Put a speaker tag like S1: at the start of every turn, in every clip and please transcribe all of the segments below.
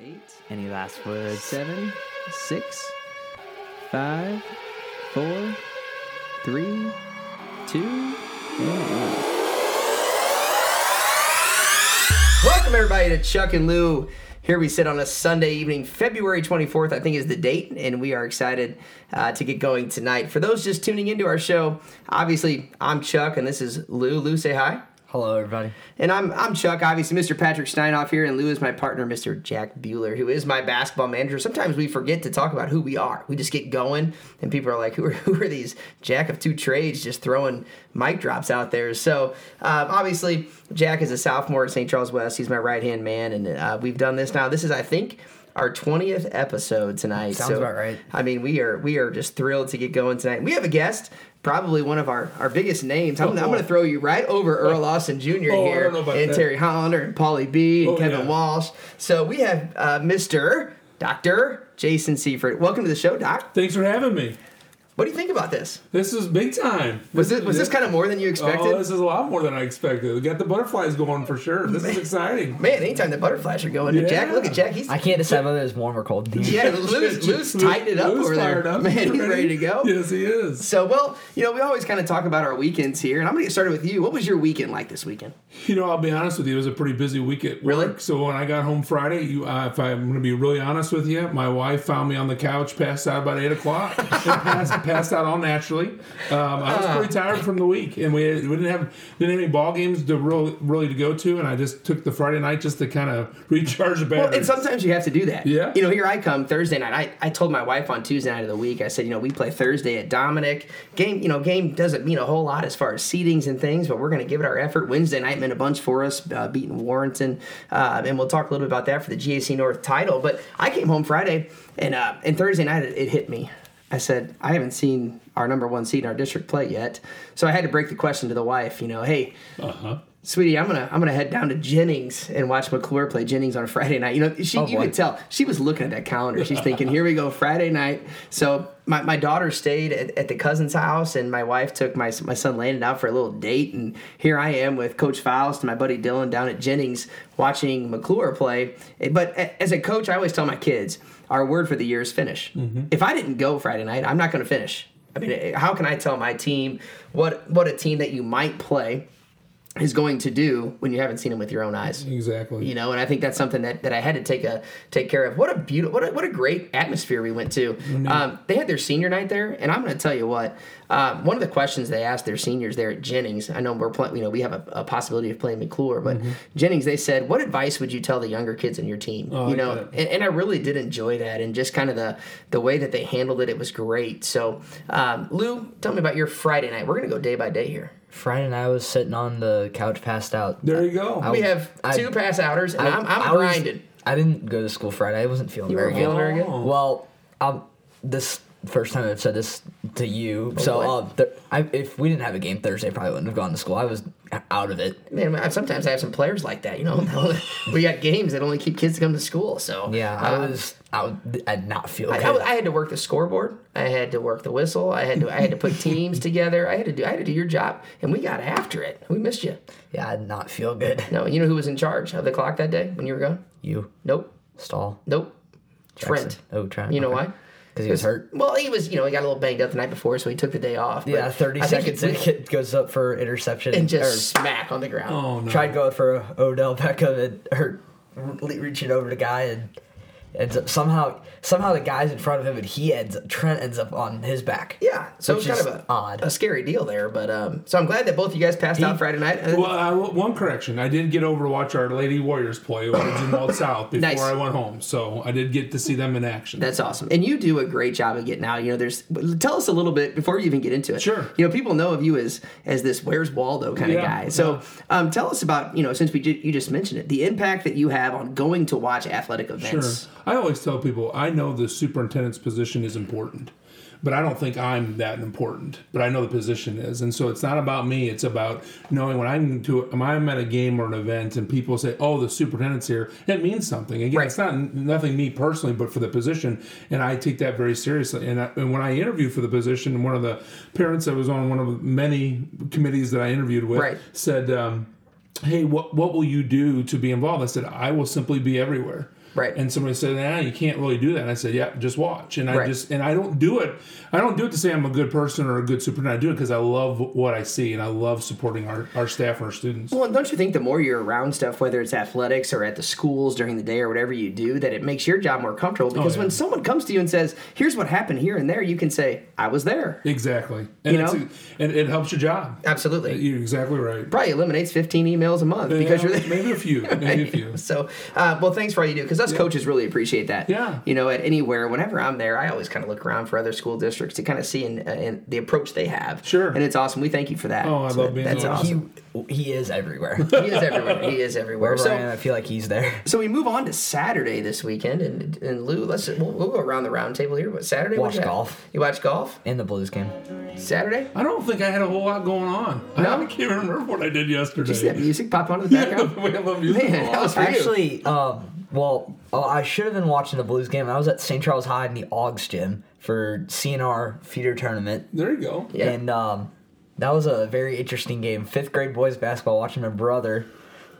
S1: eight,
S2: Any last words?
S1: seven, six, five, four, three, two, and one.
S2: Welcome everybody to Chuck and Lou. Here we sit on a Sunday evening, February 24th, I think is the date, and we are excited uh, to get going tonight. For those just tuning into our show, obviously I'm Chuck and this is Lou. Lou, say hi.
S3: Hello, everybody.
S2: And I'm I'm Chuck, obviously Mr. Patrick Steinoff here, and Lou is my partner, Mr. Jack Bueller, who is my basketball manager. Sometimes we forget to talk about who we are. We just get going, and people are like, "Who are who are these Jack of two trades just throwing mic drops out there?" So um, obviously, Jack is a sophomore at St. Charles West. He's my right hand man, and uh, we've done this now. This is, I think. Our twentieth episode tonight.
S3: Sounds about right.
S2: I mean, we are we are just thrilled to get going tonight. We have a guest, probably one of our, our biggest names. I'm, I'm going to throw you right over Earl Austin Jr.
S4: Oh, I
S2: here,
S4: don't know about
S2: and
S4: that.
S2: Terry Hollander and Paulie B and
S4: Oh,
S2: Kevin
S4: yeah.
S2: Walsh. So we have uh, Mr. Doctor Jason Seifert. Welcome to the show, Doc.
S4: Thanks for having me.
S2: What do you think about this?
S4: This is big time.
S2: Was this was this kind of more than you expected?
S4: Oh, this is a lot more than I expected. We got the butterflies going for sure. This is exciting.
S2: Man, anytime the butterflies are going,
S4: Yeah.
S2: Jack, look at Jack. He's
S3: I can't decide whether it's warm or cold. Damn.
S2: yeah, Lou's, Lou's tightened it up
S4: Lou's
S2: over
S4: fired
S2: there.
S4: up.
S2: Man, he's ready to go.
S4: Yes, he is.
S2: So, well, you know, we always kind of talk about our weekends here, and I'm going to get started with you. What was your weekend like this weekend?
S4: You know, I'll be honest with you. It was a pretty busy week at
S2: Really?
S4: work. So when I got home Friday, you, uh, if I'm going to be really honest with you, my wife found me on the couch, passed out about eight o'clock, and passed, passed out all naturally. Um, I was pretty tired from the week, and we, we didn't have didn't have any ball games to real, really to go to, and I just took the Friday night just to kind of recharge the batteries.
S2: Well, and sometimes you have to do that.
S4: Yeah.
S2: You know, here I come Thursday night. I, I told my wife on Tuesday night of the week, I said, you know, we play Thursday at Dominic. Game, you know, game doesn't mean a whole lot as far as seedings and things, but we're going to give it our effort. Wednesday night meant a bunch for us, uh, beating Warrenton. Uh, and we'll talk a little bit about that for the GAC North title. But I came home Friday, and, uh, and Thursday night it, it hit me. I said, I haven't seen our number one seed in our district play yet. So I had to break the question to the wife, you know, hey, sweetie, I'm gonna I'm gonna head down to Jennings and watch McClure play Jennings on Friday night. You know, she you
S3: boy.
S2: could tell she was looking at that calendar. She's thinking, here we go, Friday night. So my, my daughter stayed at, at the cousin's house, and my wife took my my son Landon out for a little date, and here I am with Coach Faust and my buddy Dylan down at Jennings watching McClure play. Eh, But a- as a coach, I always tell my kids, our word for the year is finish. If I didn't go Friday night, I'm not gonna finish. I mean, eh, how can I tell my team what what a team that you might play is going to do when you haven't seen him with your own eyes.
S4: Exactly.
S2: You know, and I think that's something that, that I had to take a take care of. What a beautiful, what a, what a great atmosphere we went to. Um, they had their senior night there, and I'm going to tell you what. Um, one of the questions they asked their seniors there at Jennings, I know we're playing, you know, we have a, a possibility of playing McClure, but
S4: Mm-hmm.
S2: Jennings, they said, what advice would you tell the younger kids on your team?
S4: Oh,
S2: you
S4: I
S2: know,
S4: got it.
S2: and, and I really did enjoy that, and just kind of the the way that they handled it, it was great. So, um, Lou, tell me about your Friday night. We're going to go day by day here.
S3: Friday night, I was sitting on the couch, passed out.
S4: There you go.
S2: We
S3: I-
S2: have
S3: Oh, I-
S2: two pass outers, and
S3: I-
S2: I, am I'm
S3: I was-
S2: grinded.
S3: I didn't go to school Friday. I wasn't feeling very
S2: weren't feeling
S3: good.
S2: very good?
S3: Well, um, this first time I've said this to you. so,
S2: boy.
S3: uh, th- I, if we didn't have a game Thursday, I probably wouldn't have gone to school. I was out of it.
S2: Man, I- sometimes I have some players like that. You know, we got games that only keep kids to come to school. So
S3: Yeah, I
S2: uh,
S3: was. out. I did not feel
S2: I,
S3: good.
S2: I, I had to work the scoreboard. I had to work the whistle. I had to. I had to put teams together. I had to do. I had to do your job, and we got after it. We missed you.
S3: yeah, I did not feel good.
S2: No, you know who was in charge of the clock that day when you were gone?
S3: You
S2: Nope.
S3: stall.
S2: Nope. Trent.
S3: Jackson. Oh, Trent.
S2: You know
S3: okay.
S2: why?
S3: Because he was hurt.
S2: Well, he was. You know, he got a little banged up the night before, so he took the day off. but
S3: Yeah, 30
S2: I think
S3: seconds
S2: it-
S3: and it goes up for interception.
S2: and just smack on the ground.
S4: oh no.
S3: or tried going for Odell Beckham and or re- reaching over the guy and ends up somehow somehow the guy's in front of him and he ends Trent ends up on his back.
S2: Yeah, so
S3: Which
S2: it's kind
S3: is
S2: of a,
S3: odd.
S2: a scary deal there. But um, so I'm glad that both of you guys passed out Friday night. Uh, And
S4: Well, I, one correction. I did get over to watch our Lady Warriors play over at Zumwalt South before
S2: Nice.
S4: I went home, so I did get to see them in action.
S2: that's awesome, and you do a great job of getting out. You know, there's tell us a little bit before you even get into it.
S4: Sure.
S2: You know, people know of you as as this "Where's Waldo" kind of
S4: Yeah,
S2: guy. So um, tell us about you know since we ju- you just mentioned it, the impact that you have on going to watch athletic events.
S4: Sure. I always tell people I know the superintendent's position is important, but I don't think I'm that important. But I know the position is, and so it's not about me. It's about knowing when I'm to when I'm at a game or an event, and people say, "Oh, the superintendent's here." It means something. Again,
S2: Right.
S4: it's not nothing me personally, but for the position, and I take that very seriously. And, I, and when I interviewed for the position, one of the parents that was on one of many committees that I interviewed with
S2: Right.
S4: said. Um, hey what what will you do to be involved i said i will simply be everywhere
S2: Right.
S4: And somebody said, "Nah, you can't really do that." And I said, "Yeah, just watch." And I
S2: Right.
S4: just and I don't do it. I don't do it to say I'm a good person or a good superintendent. I do it because I love what I see and I love supporting our, our staff and our students.
S2: Well, don't you think the more you're around stuff, whether it's athletics or at the schools during the day or whatever you do, that it makes your job more comfortable? Because
S4: Oh, yeah.
S2: when someone comes to you and says, "Here's what happened here and there," you can say, "I was there."
S4: Exactly. And
S2: You
S4: it's-
S2: know?
S4: and it helps your job.
S2: Absolutely.
S4: You're exactly right.
S2: Probably eliminates 15 emails a month because
S4: Yeah,
S2: you're there.
S4: maybe a few, maybe a few.
S2: So, uh, well, thanks for all you do because us coaches really appreciate that.
S4: Yeah.
S2: You know, at anywhere, whenever I'm there, I always kind of look around for other school districts to kind of see and, uh, and the approach they have.
S4: Sure.
S2: And it's awesome. We thank you for that.
S4: Oh, I love being
S2: That's
S4: there.
S2: awesome.
S3: He he is everywhere.
S2: He, is everywhere. He is everywhere.
S3: Wherever
S2: So,
S3: I am, I feel like he's there.
S2: So we move on to Saturday this weekend, and, and Lou, let's we'll, we'll go around the round table here. But Saturday, what'd
S3: Watch
S2: you have?
S3: golf.
S2: You watch golf
S3: In the Blues game.
S2: Saturday.
S4: I don't think I had a whole lot going on. I
S2: No?
S4: can't remember what I did
S2: Did
S4: yesterday.
S2: you see that music pop onto the background?
S4: We love music a
S2: Man,
S4: lot.
S2: that was for you.
S3: Actually, um, well, oh, I should have been watching the Blues game. I was at St. Charles High in the Augs gym for CNR feeder tournament,
S4: There you go.
S2: Yeah.
S3: and um, that was a very interesting game. Fifth grade boys basketball. Watching my brother,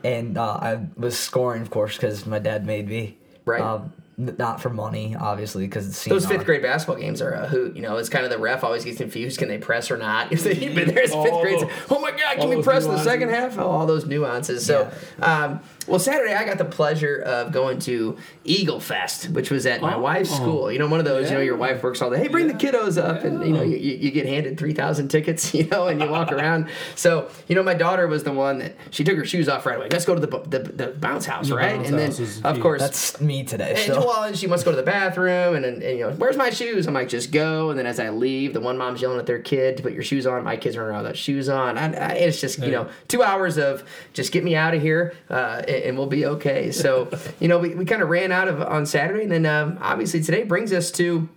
S3: and uh, I was scoring, of course, because my dad made me.
S2: Right.
S3: Um, n- not for money, obviously, because it's CNR.
S2: Those fifth grade basketball games are a hoot. You know, it's kind of the ref always gets confused. Can they press or not? If they've been there as
S4: All
S2: fifth grade,
S4: those-
S2: oh my God,
S4: all
S2: can we
S4: those
S2: press in the
S4: nuances.
S2: second half? Oh, all those nuances. So, um, well, Saturday I got the pleasure of going to Eagle Fest, which was at my
S4: Oh.
S2: wife's school. You know, one of those. You know,
S4: Yeah.
S2: your wife works all day. Hey, bring the kiddos up, and you know, you, you you get handed three thousand tickets. You know, and you walk around. So, you know, my daughter was the one that she took her shoes off right away. Let's go to the bu- the, the bounce house,
S4: The
S2: right?
S4: bounce
S2: and
S4: house
S2: then,
S4: is
S2: of
S4: key.
S2: course,
S3: That's me today.
S2: and
S3: So.
S2: well, and she must go to the bathroom, and, and, and, you know, where's my shoes? I'm like, just go. And then as I leave, the one mom's yelling at their kid to put your shoes on. My kids running around without shoes on. I, I, it's just you know, two hours of just get me out of here, uh, and, and we'll be okay. So you know, we, we kind of ran out of on Saturday, and then um, obviously today brings us to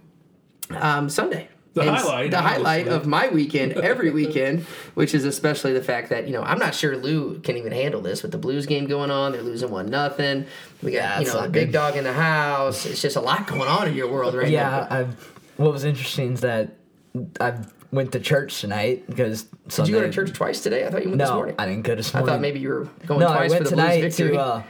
S2: um, Sunday.
S4: The
S2: And s-
S4: highlight,
S2: the highlight
S4: obviously.
S2: of my weekend every weekend, which is especially the fact that you know I'm not sure Lou can even handle this with the Blues game going on. They're losing one nothing. We got
S3: Yeah,
S2: you
S3: it's
S2: know
S3: not
S2: the big
S3: good.
S2: dog in the house. It's just a lot going on in your world right now.
S3: Yeah, I, what was interesting is that I went to church tonight because
S2: Did you go to church twice today? I thought you went
S3: No,
S2: this morning.
S3: I didn't go this
S2: I
S3: morning.
S2: thought maybe you were going
S3: no, I
S2: twice for
S3: went
S2: the Blues
S3: tonight
S2: victory.
S3: to uh,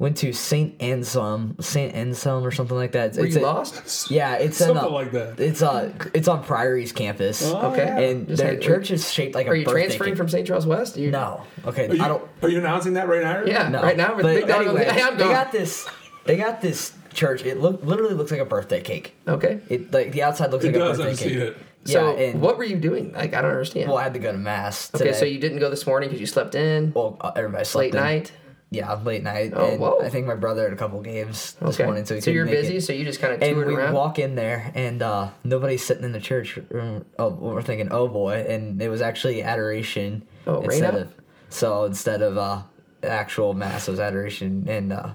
S3: went to Saint Anselm, Saint Anselm or something like that. It's,
S2: were
S3: it's
S2: you
S3: a-
S2: lost?
S3: Yeah, it's in,
S4: Something
S3: uh,
S4: like that.
S3: It's uh, it's on Priory's campus.
S4: Oh,
S2: Okay.
S4: yeah.
S3: and
S2: Just
S3: their
S2: like-
S3: church is shaped like a
S2: Are you
S3: birthday
S2: transferring
S3: cake.
S2: from St. Charles West? You,
S3: No, okay,
S4: Are you,
S3: I don't.
S4: Are you announcing that right now?
S2: Yeah,
S3: No.
S2: right now with the big dog. on the-
S3: anyway,
S2: Hey, I'm
S3: they
S2: gone.
S3: got this. They got this church. It look literally looks like a birthday cake.
S2: Okay.
S3: It like the outside looks
S4: It
S3: like a
S4: does.
S3: birthday
S4: I've
S3: cake.
S4: seen it.
S3: Yeah,
S2: so
S3: and
S2: what were you doing? Like I don't understand.
S3: well, I had to go to mass.
S2: okay,
S3: Today.
S2: so you didn't go this morning because you slept in
S3: well, uh, everybody slept
S2: late
S3: in.
S2: night.
S3: Yeah, late night.
S2: Oh,
S3: and
S2: whoa.
S3: I think my brother had a couple games this
S2: Okay.
S3: morning, so he
S2: so
S3: couldn't
S2: you're
S3: make
S2: busy,
S3: It.
S2: so you just kind of
S3: And
S2: toured
S3: we
S2: around.
S3: walk in there, and uh, nobody's sitting in the church. Mm, Oh, we're thinking, oh boy, and it was actually adoration
S2: Oh, rain
S3: instead
S2: out?
S3: of so instead of uh, actual mass it was adoration, and uh,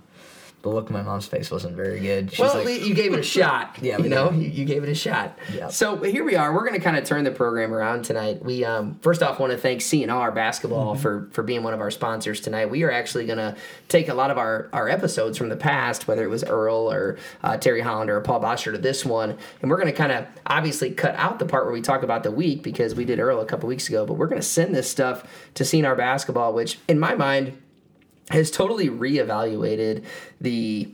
S3: the look on my mom's face wasn't very good. She's
S2: well,
S3: like,
S2: at least you gave it a shot.
S3: Yeah,
S2: you
S3: we
S2: know, you, you gave it a shot.
S3: Yeah.
S2: So here we are. We're going to kind of turn the program around tonight. We um, first off want to thank CNR
S3: Mm-hmm.
S2: Basketball for for being one of our sponsors tonight. We are actually going to take a lot of our our episodes from the past, whether it was Earl or uh, Terry Hollander or Paul Bosher to this one, and we're going to kind of obviously cut out the part where we talk about the week because we did Earl a couple weeks ago. But we're going to send this stuff to CNR Basketball, which in my mind has totally reevaluated the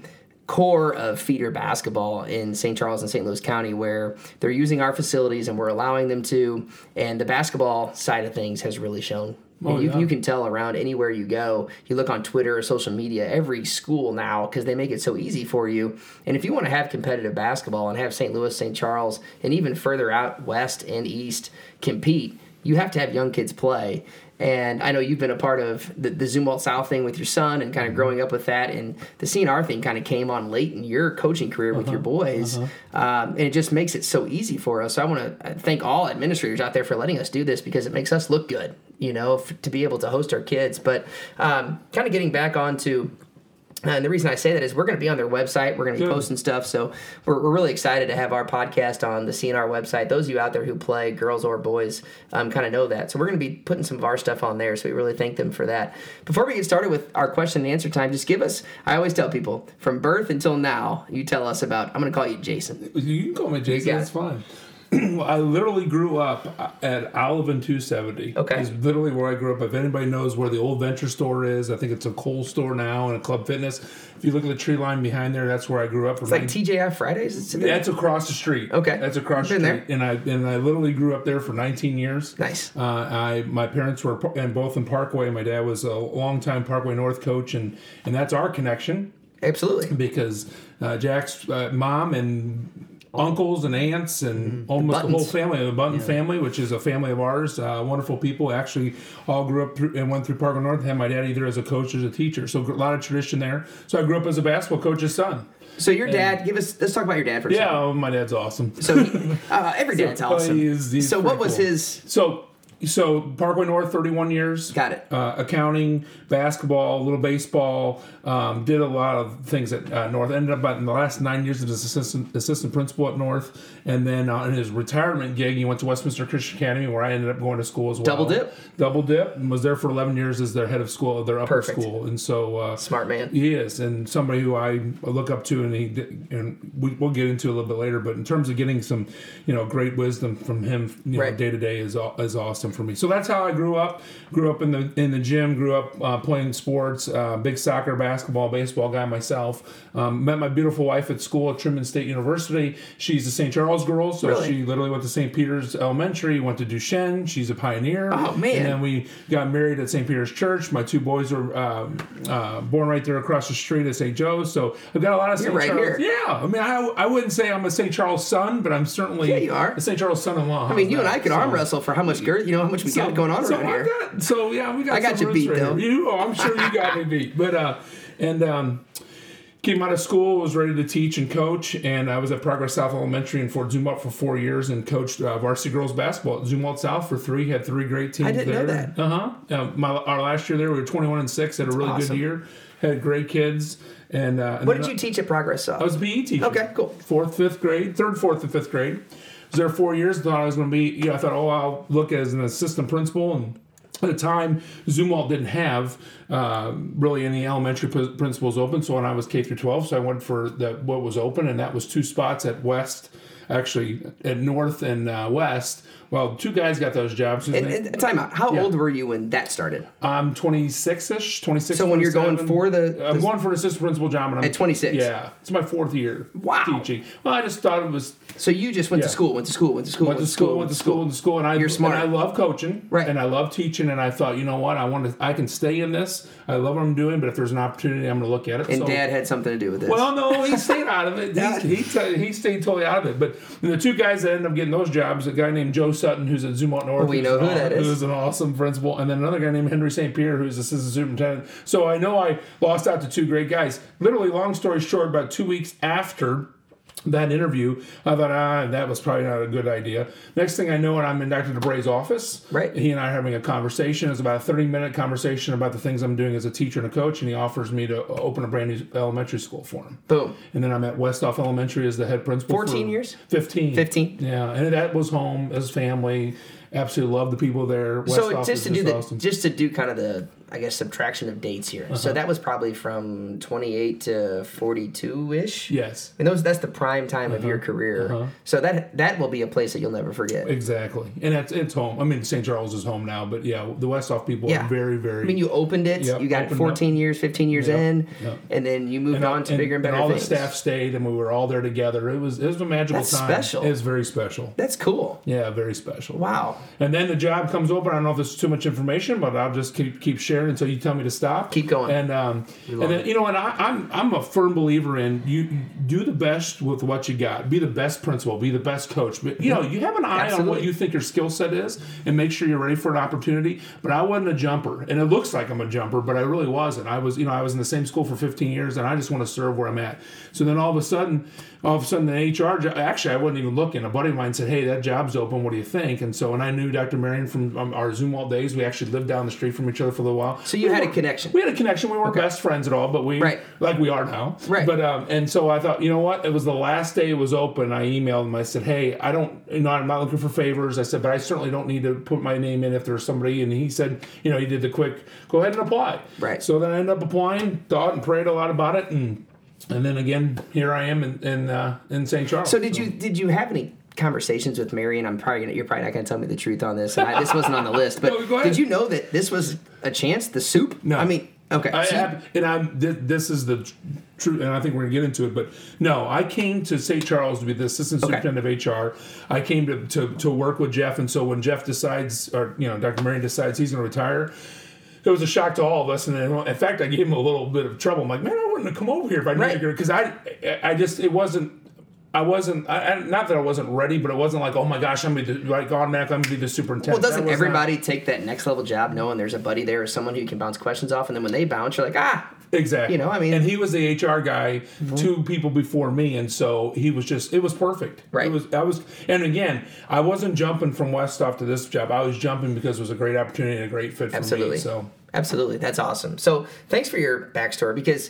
S2: core of feeder basketball in St. Charles and St. Louis County where they're using our facilities and we're allowing them to and the basketball side of things has really shown
S4: Oh,
S2: you,
S4: yeah.
S2: you can tell around anywhere you go you look on Twitter or social media every school now because they make it so easy for you and if you want to have competitive basketball and have St. Louis St. Charles and even further out west and east compete you have to have young kids play. And I know you've been a part of the, the Zumwalt South thing with your son and kind of growing up with that. And the CNR thing kind of came on late in your coaching career with your boys. Um, and it just makes it so easy for us. So I want to thank all administrators out there for letting us do this because it makes us look good, you know, f- to be able to host our kids. But um, kind of getting back onto and the reason I say that is we're going to be on their website. We're going to be
S4: Good.
S2: posting stuff. So we're, we're really excited to have our podcast on the CNR website. Those of you out there who play, girls or boys, um, kind of know that. So we're going to be putting some of our stuff on there. So we really thank them for that. Before we get started with our question and answer time, just give us, I always tell people, from birth until now, you tell us about, I'm going to call you Jason.
S4: You can call me Jason.
S2: got
S4: That's
S2: it.
S4: fine. I literally grew up at Olive and 270.
S2: Okay.
S4: It's literally where I grew up. If anybody knows where the old Venture store is, I think it's a Kohl store now and a Club Fitness. If you look at the tree line behind there, that's where I grew up.
S2: It's like TJI Fridays. It's in there?
S4: That's across the street.
S2: Okay.
S4: that's across
S2: Been
S4: the
S2: there.
S4: street, and I and I literally grew up there for 19 years.
S2: Nice.
S4: Uh, I my parents were par- and both in Parkway. My dad was a longtime Parkway North coach, and and that's our connection
S2: Absolutely.
S4: because uh, Jack's uh, mom and uncles and aunts and almost the, whole
S2: Buttons.
S4: family, the Button family, which is a family of ours, uh, wonderful people, actually all grew up through, and went through Parker North. Had my dad either as a coach or as a teacher, so a lot of tradition there. So I grew up as a basketball coach's son.
S2: So your dad, give us. Let's talk about your dad for a
S4: Yeah, oh, my dad's awesome.
S2: second. So he, uh, every dad's
S4: Oh,
S2: awesome.
S4: he's- he's
S2: so what
S4: pretty
S2: was
S4: cool.
S2: his?
S4: So, so Parkway North, thirty-one years.
S2: Got it.
S4: Uh, accounting, basketball, a little baseball. Um, did a lot of things at uh, North. Ended up about in the last nine years as assistant assistant principal at North, and then uh, in his retirement gig, he went to Westminster Christian Academy, where I ended up going to school as well.
S2: Double dip?
S4: Double dip, and was there for eleven years as their head of school, their upper
S2: Perfect.
S4: school, and so uh,
S2: Smart man.
S4: He is, and somebody who I look up to, and he and we, we'll get into it a little bit later. But in terms of getting some, you know, great wisdom from him, you know,
S2: Right.
S4: day to day is aw- is awesome for me. So that's how I grew up. Grew up in the in the gym. Grew up uh, playing sports. Uh, big soccer, basketball, baseball guy myself. Um, met my beautiful wife at school at Truman State University. She's a St. Charles girl, so
S2: Really?
S4: she literally went to St. Peter's Elementary. Went to Duchenne. She's a pioneer.
S2: Oh, man.
S4: And then we got married at St. Peter's Church. My two boys were um uh, born right there across the street at St. Joe's. So I've got a lot of St.
S2: right
S4: Charles.
S2: here.
S4: Yeah, I mean, I, I wouldn't say I'm a St. Charles son, but I'm certainly
S2: Yeah, you are.
S4: a St. Charles son-in-law.
S2: I mean, you and I could arm wrestle for how much girth, you know, how much we got going on
S4: so
S2: around
S4: I've
S2: here.
S4: Got, so yeah, we got.
S2: I got you
S4: some roots
S2: beat,
S4: right
S2: though.
S4: here. You, oh, I'm sure you got me beat. But uh, and um, came out of school, was ready to teach and coach, and I was at Progress South Elementary in Fort Zumwalt for four years and coached uh, varsity girls basketball at Zumwalt South for three. Had three great teams.
S2: I didn't know
S4: there.
S2: that.
S4: Uh-huh. Uh My our last year there, we were 21 and six. Had a really
S2: awesome.
S4: good year. Had great kids. And, uh, and
S2: What
S4: then
S2: did
S4: I-
S2: you teach at Progress South?
S4: I was a PE teacher.
S2: Okay, cool.
S4: Fourth, fifth grade, third, fourth, and fifth grade. Was there four years. Thought I was going to be. You know, I thought, oh, I'll look as an assistant principal. And at the time, Zumwalt didn't have uh, really any elementary pr- principals open. So when I was K through 12, so I went for the what was open, and that was two spots at West, actually at North and uh, West. Well, two guys got those jobs.
S2: and, and time out. How old were you when that started?
S4: I'm 26 ish, 26.
S2: So when you're going
S4: 27.
S2: for the-
S4: I'm
S2: the-
S4: going for assistant principal job, and I'm
S2: At 26?
S4: Yeah, it's my fourth year.
S2: Wow.
S4: Teaching. Well, I just thought it was
S2: So you just went to
S4: Yeah.
S2: school, went to school, went to school,
S4: went to school, went to school, went to school, and I
S2: You're smart.
S4: And I love coaching,
S2: Right.
S4: And I love teaching, and I thought, you know what, I want to, I can stay in this. I love what I'm doing, but if there's an opportunity, I'm going to look at it.
S2: And
S4: So-
S2: dad had something to do with this.
S4: well, no, he stayed out of it. He, he, t- he stayed totally out of it. But the two guys that ended up getting those jobs, a guy named Joe Sutton, who's at Zumont North,
S2: We
S4: who's
S2: know who
S4: an-
S2: that is.
S4: who's an awesome principal, and then another guy named Henry St. Pierre, who's assistant superintendent. So I know I lost out to two great guys. Literally, long story short, about two weeks after. That interview, I thought, ah, that was probably not a good idea. Next thing I know, and I'm in Dr. DeBray's office.
S2: Right.
S4: He and I are having a conversation. It's about a 30 minute conversation about the things I'm doing as a teacher and a coach, and he offers me to uh, open a brand new elementary school for him.
S2: Boom.
S4: And then I'm at Westhoff Elementary as the head principal.
S2: 14
S4: for
S2: years?
S4: 15.
S2: 15.
S4: Yeah. And that was home, his family. Absolutely loved the people there.
S2: so
S4: Westhoff
S2: just
S4: is
S2: to do the,
S4: awesome.
S2: just to do kind of the I guess subtraction of dates here.
S4: Uh-huh.
S2: So that was probably from 28 to 42 ish.
S4: Yes. Uh-huh.
S2: And those that's the prime time of your career. So that that will be a place that you'll never forget.
S4: Exactly. And that's it's home. I mean, St. Charles is home now, but yeah, the Westhoff people
S2: Yeah.
S4: are very, very.
S2: I mean, you opened it.
S4: Yep,
S2: you got it
S4: opened
S2: 14 years, 15 years
S4: Yep,
S2: in,
S4: yep.
S2: and then you moved on to bigger and better
S4: all
S2: things.
S4: the staff stayed, and we were all there together. It was it was a magical
S2: That's
S4: time.
S2: special.
S4: It was very special.
S2: That's cool.
S4: Yeah, very special.
S2: Wow.
S4: And then the job comes open. I don't know if it's too much information, but I'll just keep keep sharing until you tell me to stop.
S2: Keep going.
S4: And um, and then, you know, and I, I'm I'm a firm believer in you do the best with what you got. Be the best principal. Be the best coach. But you know, you have an eye on what
S2: Absolutely.
S4: you think your skill set is, and make sure you're ready for an opportunity. But I wasn't a jumper, and it looks like I'm a jumper, but I really wasn't. I was you know I was in the same school for 15 years, and I just want to serve where I'm at. So then all of a sudden, all of a sudden the HR job. Actually, I wasn't even looking. A buddy of mine said, "Hey, that job's open. What do you think?" And so and I knew Dr. Marion from um, our Zumwalt days. We actually lived down the street from each other for a little while.
S2: So you had a connection.
S4: We had a connection. We weren't best friends at all, but we
S2: Right.
S4: like we are now.
S2: Right.
S4: But um, and so I thought, you know what? It was the last day it was open. I emailed him. I said, hey, I don't, you know, I'm not looking for favors. I said, but I certainly don't need to put my name in if there's somebody. And he said, you know, he did the quick, go ahead and apply.
S2: Right.
S4: So then I ended up applying, thought and prayed a lot about it, and and then again here I am in in, uh, in St. Charles.
S2: So did you did you have any conversations with Mary, and I'm probably gonna, you're probably not going to tell me the truth on this. And I, this wasn't on the list, but
S4: No, go ahead.
S2: did you know that this was a chance? The soup?
S4: No,
S2: I mean, okay.
S4: I
S2: so you-
S4: have- and I'm th- this is the truth, and I think we're gonna get into it. But no, I came to St. Charles to be the assistant
S2: Okay.
S4: superintendent of HR. I came to, to to work with Jeff, and so when Jeff decides, or you know, Dr. Marion decides he's gonna retire. It was a shock to all of us, and then, in fact, I gave him a little bit of trouble. I'm like, man, I wouldn't have come over here if I knew
S2: Right.
S4: you because I, I just it wasn't I wasn't, I, I, not that I wasn't ready, but it wasn't like, oh my gosh, I'm gonna be the, like automatic, I'm gonna be the
S2: well,
S4: superintendent. That
S2: doesn't
S4: was not-
S2: everybody take that next level job knowing there's a buddy there or someone who you can bounce questions off, and then when they bounce, you're like, ah,
S4: exactly?
S2: you know, I mean- Mm-hmm.
S4: and he was the HR guy, two people before me, and so he was just, it was perfect.
S2: Right.
S4: It was, I was, and again, I wasn't jumping from Westoff to this job. I was jumping because it was a great opportunity and a great fit for
S2: Absolutely.
S4: me. So
S2: absolutely, that's awesome. So thanks for your backstory because.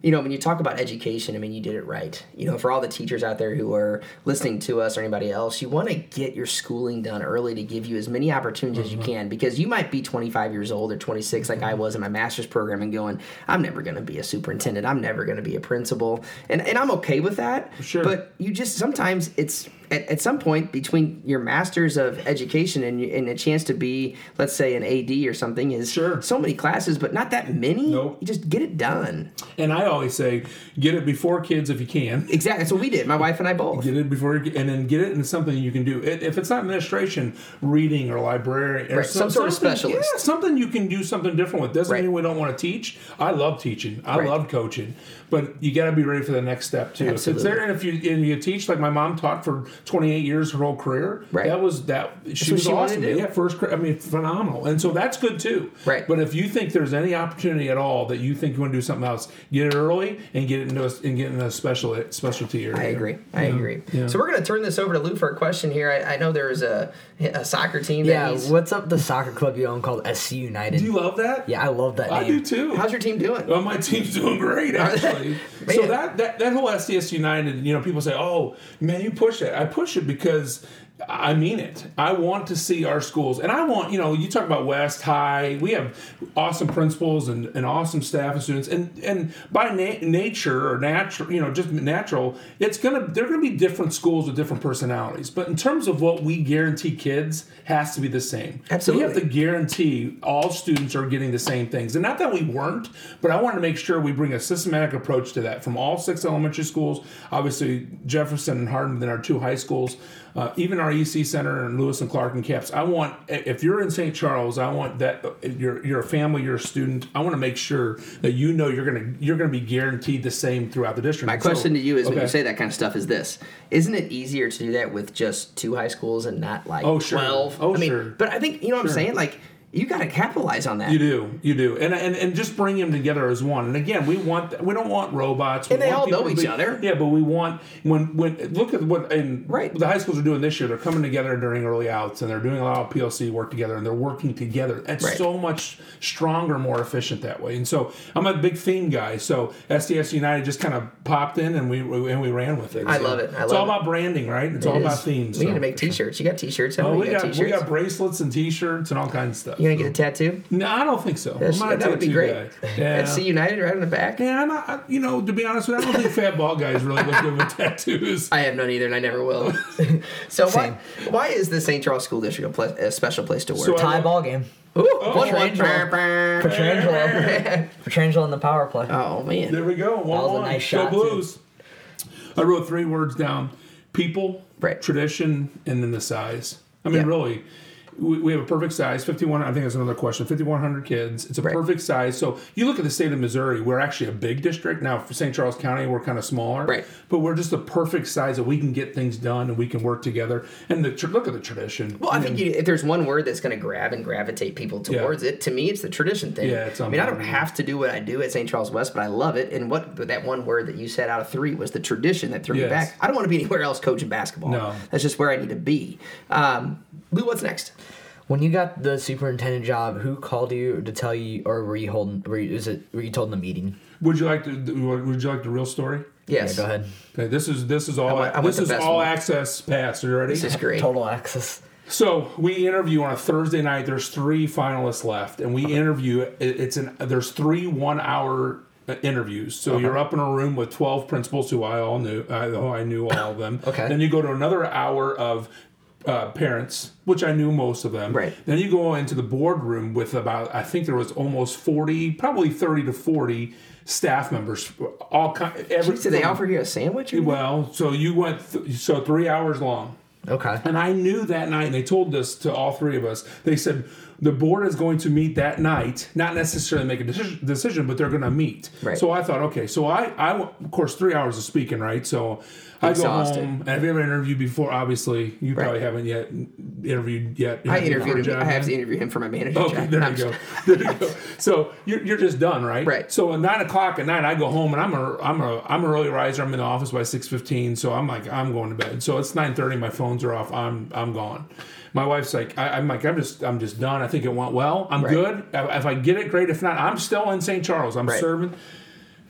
S2: You know, when you talk about education, I mean, you did it right. You know, for all the teachers out there who are listening to us or anybody else, you want to get your schooling done early to give you as many opportunities as
S4: Mm-hmm.
S2: you can because you might be 25 years old or 26, like I was in my master's program, and going, I'm never going to be a superintendent. I'm never going to be a principal. And, and I'm okay with that.
S4: Sure.
S2: But you just sometimes it's at, at some point between your masters of education and, y- and a chance to be let's say an ad or something is
S4: Sure.
S2: so many classes but not that many
S4: Nope.
S2: you just get it done
S4: and I always say, get it before kids if you can.
S2: exactly that's what we did my wife and i both
S4: Get it before, you- and then get it in something you can do. It, if it's not administration, reading or librarian, or
S2: Right, some sort of
S4: something-
S2: specialist.
S4: Yeah, something you can do something different with. Doesn't
S2: Right.
S4: mean we don't want to teach. I love teaching. I
S2: Right.
S4: love coaching, but you got to be ready for the next step too.
S2: Absolutely.
S4: If it's there, and if you and you teach like my mom taught for 28 years her whole career,
S2: Right.
S4: that was that she
S2: what
S4: was
S2: she wanted
S4: awesome.
S2: to do.
S4: Yeah, first, gra- I mean, phenomenal, and so that's good too.
S2: Right.
S4: But if you think there's any opportunity at all that you think you want to do something else, get it early and get it into a, and get in a special specialty area.
S2: I agree. I agree.
S4: yeah.
S2: So we're going to turn this over to Lou for a question here. I, I know there was a, a soccer team. That
S3: Yeah,
S2: he's-
S3: what's up the soccer club you own called SC United?
S4: Do you love that?
S3: yeah, I love that
S4: I
S3: name.
S4: do too.
S2: how's your team doing?
S4: Well, my team's doing great, actually.
S2: Man.
S4: so that, that that whole SDS United, you know, people say, "Oh, man, you push it." I push it because I mean it. I want to see our schools, and I want, you know, you talk about West High. We have awesome principals and, and awesome staff and students, and and by na- nature or natural, you know, just natural, it's gonna they're gonna be different schools with different personalities. But in terms of what we guarantee kids, has to be the same.
S2: Absolutely.
S4: We have to guarantee all students are getting the same things. And not that we weren't, but I wanted to make sure we bring a systematic approach to that from all six elementary schools. Obviously, Jefferson and Hardin, then our two high schools, uh, even our EC Center and Lewis and Clark and Caps. I want, if you're in St. Charles, I want that you're, you're a family, you're a student. I want to make sure that you know you're gonna you're gonna be guaranteed the same throughout the district.
S2: My question to you is when
S4: Okay.
S2: you say that kind of stuff is this. Isn't it easier to do that with just two high schools and not like
S4: Oh, sure.
S2: 12?
S4: Oh,
S2: I mean,
S4: sure.
S2: But I think, you know what I'm saying? Like, you got to capitalize on that.
S4: You do, you do, and and, and just bring them together as one. And again, we want we don't want robots. We
S2: And they
S4: want
S2: all
S4: people
S2: know
S4: to
S2: each other.
S4: Yeah, but we want when when look at what and
S2: Right.
S4: the high schools are doing this year. They're coming together during early outs, and they're doing a lot of PLC work together, and they're working together. That's
S2: Right.
S4: so much stronger, more efficient that way. And so I'm a big theme guy. So SDS United just kind of popped in, and we, we and we ran with it.
S2: I
S4: So
S2: love it. I
S4: it's
S2: love
S4: all
S2: it.
S4: about branding, right? It's all
S2: It
S4: about
S2: is.
S4: themes.
S2: We
S4: so.
S2: need to make t-shirts. You got t-shirts. How
S4: Oh,
S2: many
S4: we
S2: you got,
S4: got we
S2: t-shirts?
S4: got bracelets and T-shirts and all kinds of stuff.
S2: you gonna get
S4: so.
S2: a tattoo?
S4: No, I don't think so.
S2: That's-
S4: I'm not a
S2: that would be
S4: tattoo
S2: great.
S4: guy. Yeah.
S2: At C United right on the back.
S4: yeah, I'm not, I- you know, to be honest with you, I don't think fat ball guys really look good with tattoos.
S2: I have none either, and I never will. so why why is the St. Charles School District a, pla a special place to work?
S4: So I- Oh,
S3: Tie ball game.
S2: Ooh, one, one,
S3: Petrangelo.
S2: brr, brr.
S3: Petrangelo. Petrangelo in the power play.
S2: Oh man,
S4: There we go. One,
S3: That was a
S4: one.
S3: nice
S4: Go
S3: shot,
S4: Blues. I wrote three words down: people,
S2: Right.
S4: tradition, and then the size. I mean,
S2: Yeah.
S4: really, we, we have a perfect size. Fifty-one. I think that's another question. Fifty-one hundred kids. It's a
S2: Right.
S4: perfect size. So you look at the state of Missouri. We're actually a big district now. For St. Charles County, we're kind of smaller.
S2: Right.
S4: But we're just the perfect size that we can get things done and we can work together. And the tr- look at the tradition.
S2: Well, I think you, if there's one word that's going to grab and gravitate people
S4: Yeah.
S2: towards it, to me, it's the tradition thing.
S4: Yeah, it's
S2: I mean, I don't
S4: unbelievable.
S2: have to do what I do at St. Charles West, but I love it. And what but that one word that you said out of three was the tradition that threw me
S4: Yes.
S2: back. I don't want to be anywhere else coaching basketball.
S4: No.
S2: that's just where I need to be. Um, Lou, what's next?
S3: When you got the superintendent job, who called you to tell you, or were you holding? Were you, is it? Were you told in the meeting?
S4: Would you like to? Would you like the real story?
S2: Yes,
S3: Yeah, go ahead.
S4: Okay, this is this is all
S2: I want- I want
S4: this
S2: the
S4: is
S2: best
S4: all
S2: one.
S4: access pass. Are you ready?
S2: This is great.
S3: Total access.
S4: So we interview on a Thursday night. There's three finalists left, and we interview. it- It's an there's three one hour uh, interviews. So you're up in a room with 12 principals who I all knew, I, who I knew all of them.
S2: Okay.
S4: Then you go to another hour of uh, parents, which I knew most of them.
S2: Right.
S4: Then you go into the boardroom with about, I think there was almost 40, probably 30 to 40 staff members. All kind, every,
S2: Did they offer you a sandwich? Or
S4: Well, so you went, th- so three hours long.
S3: Okay.
S4: And I knew that night, and they told this to all three of us. They said the board is going to meet that night, not necessarily make a decision, decision but they're going to meet.
S2: Right.
S4: So I thought, okay, so I, I, of course, three hours of speaking, right? So I
S2: Exhausted.
S4: go home. Have you ever interviewed before? Obviously, you probably haven't yet interviewed yet.
S2: I
S4: interviewed for a
S2: interviewed him.
S4: job
S2: I
S4: yet?
S2: have to interview him for my manager.
S4: Okay,
S2: job.
S4: there
S2: I'm
S4: you go.
S2: just-
S4: There you go. So you're, you're just done, right?
S2: Right.
S4: So at nine o'clock at night, I go home and I'm a I'm a I'm an early riser. I'm in the office by six fifteen, so I'm like I'm going to bed. So it's nine thirty. My phones are off. I'm I'm gone. My wife's like I, I'm like I'm just I'm just done. I think it went well. I'm
S2: Right.
S4: good. If if I get it, great. If not, I'm still in St. Charles. I'm
S2: Right.
S4: serving.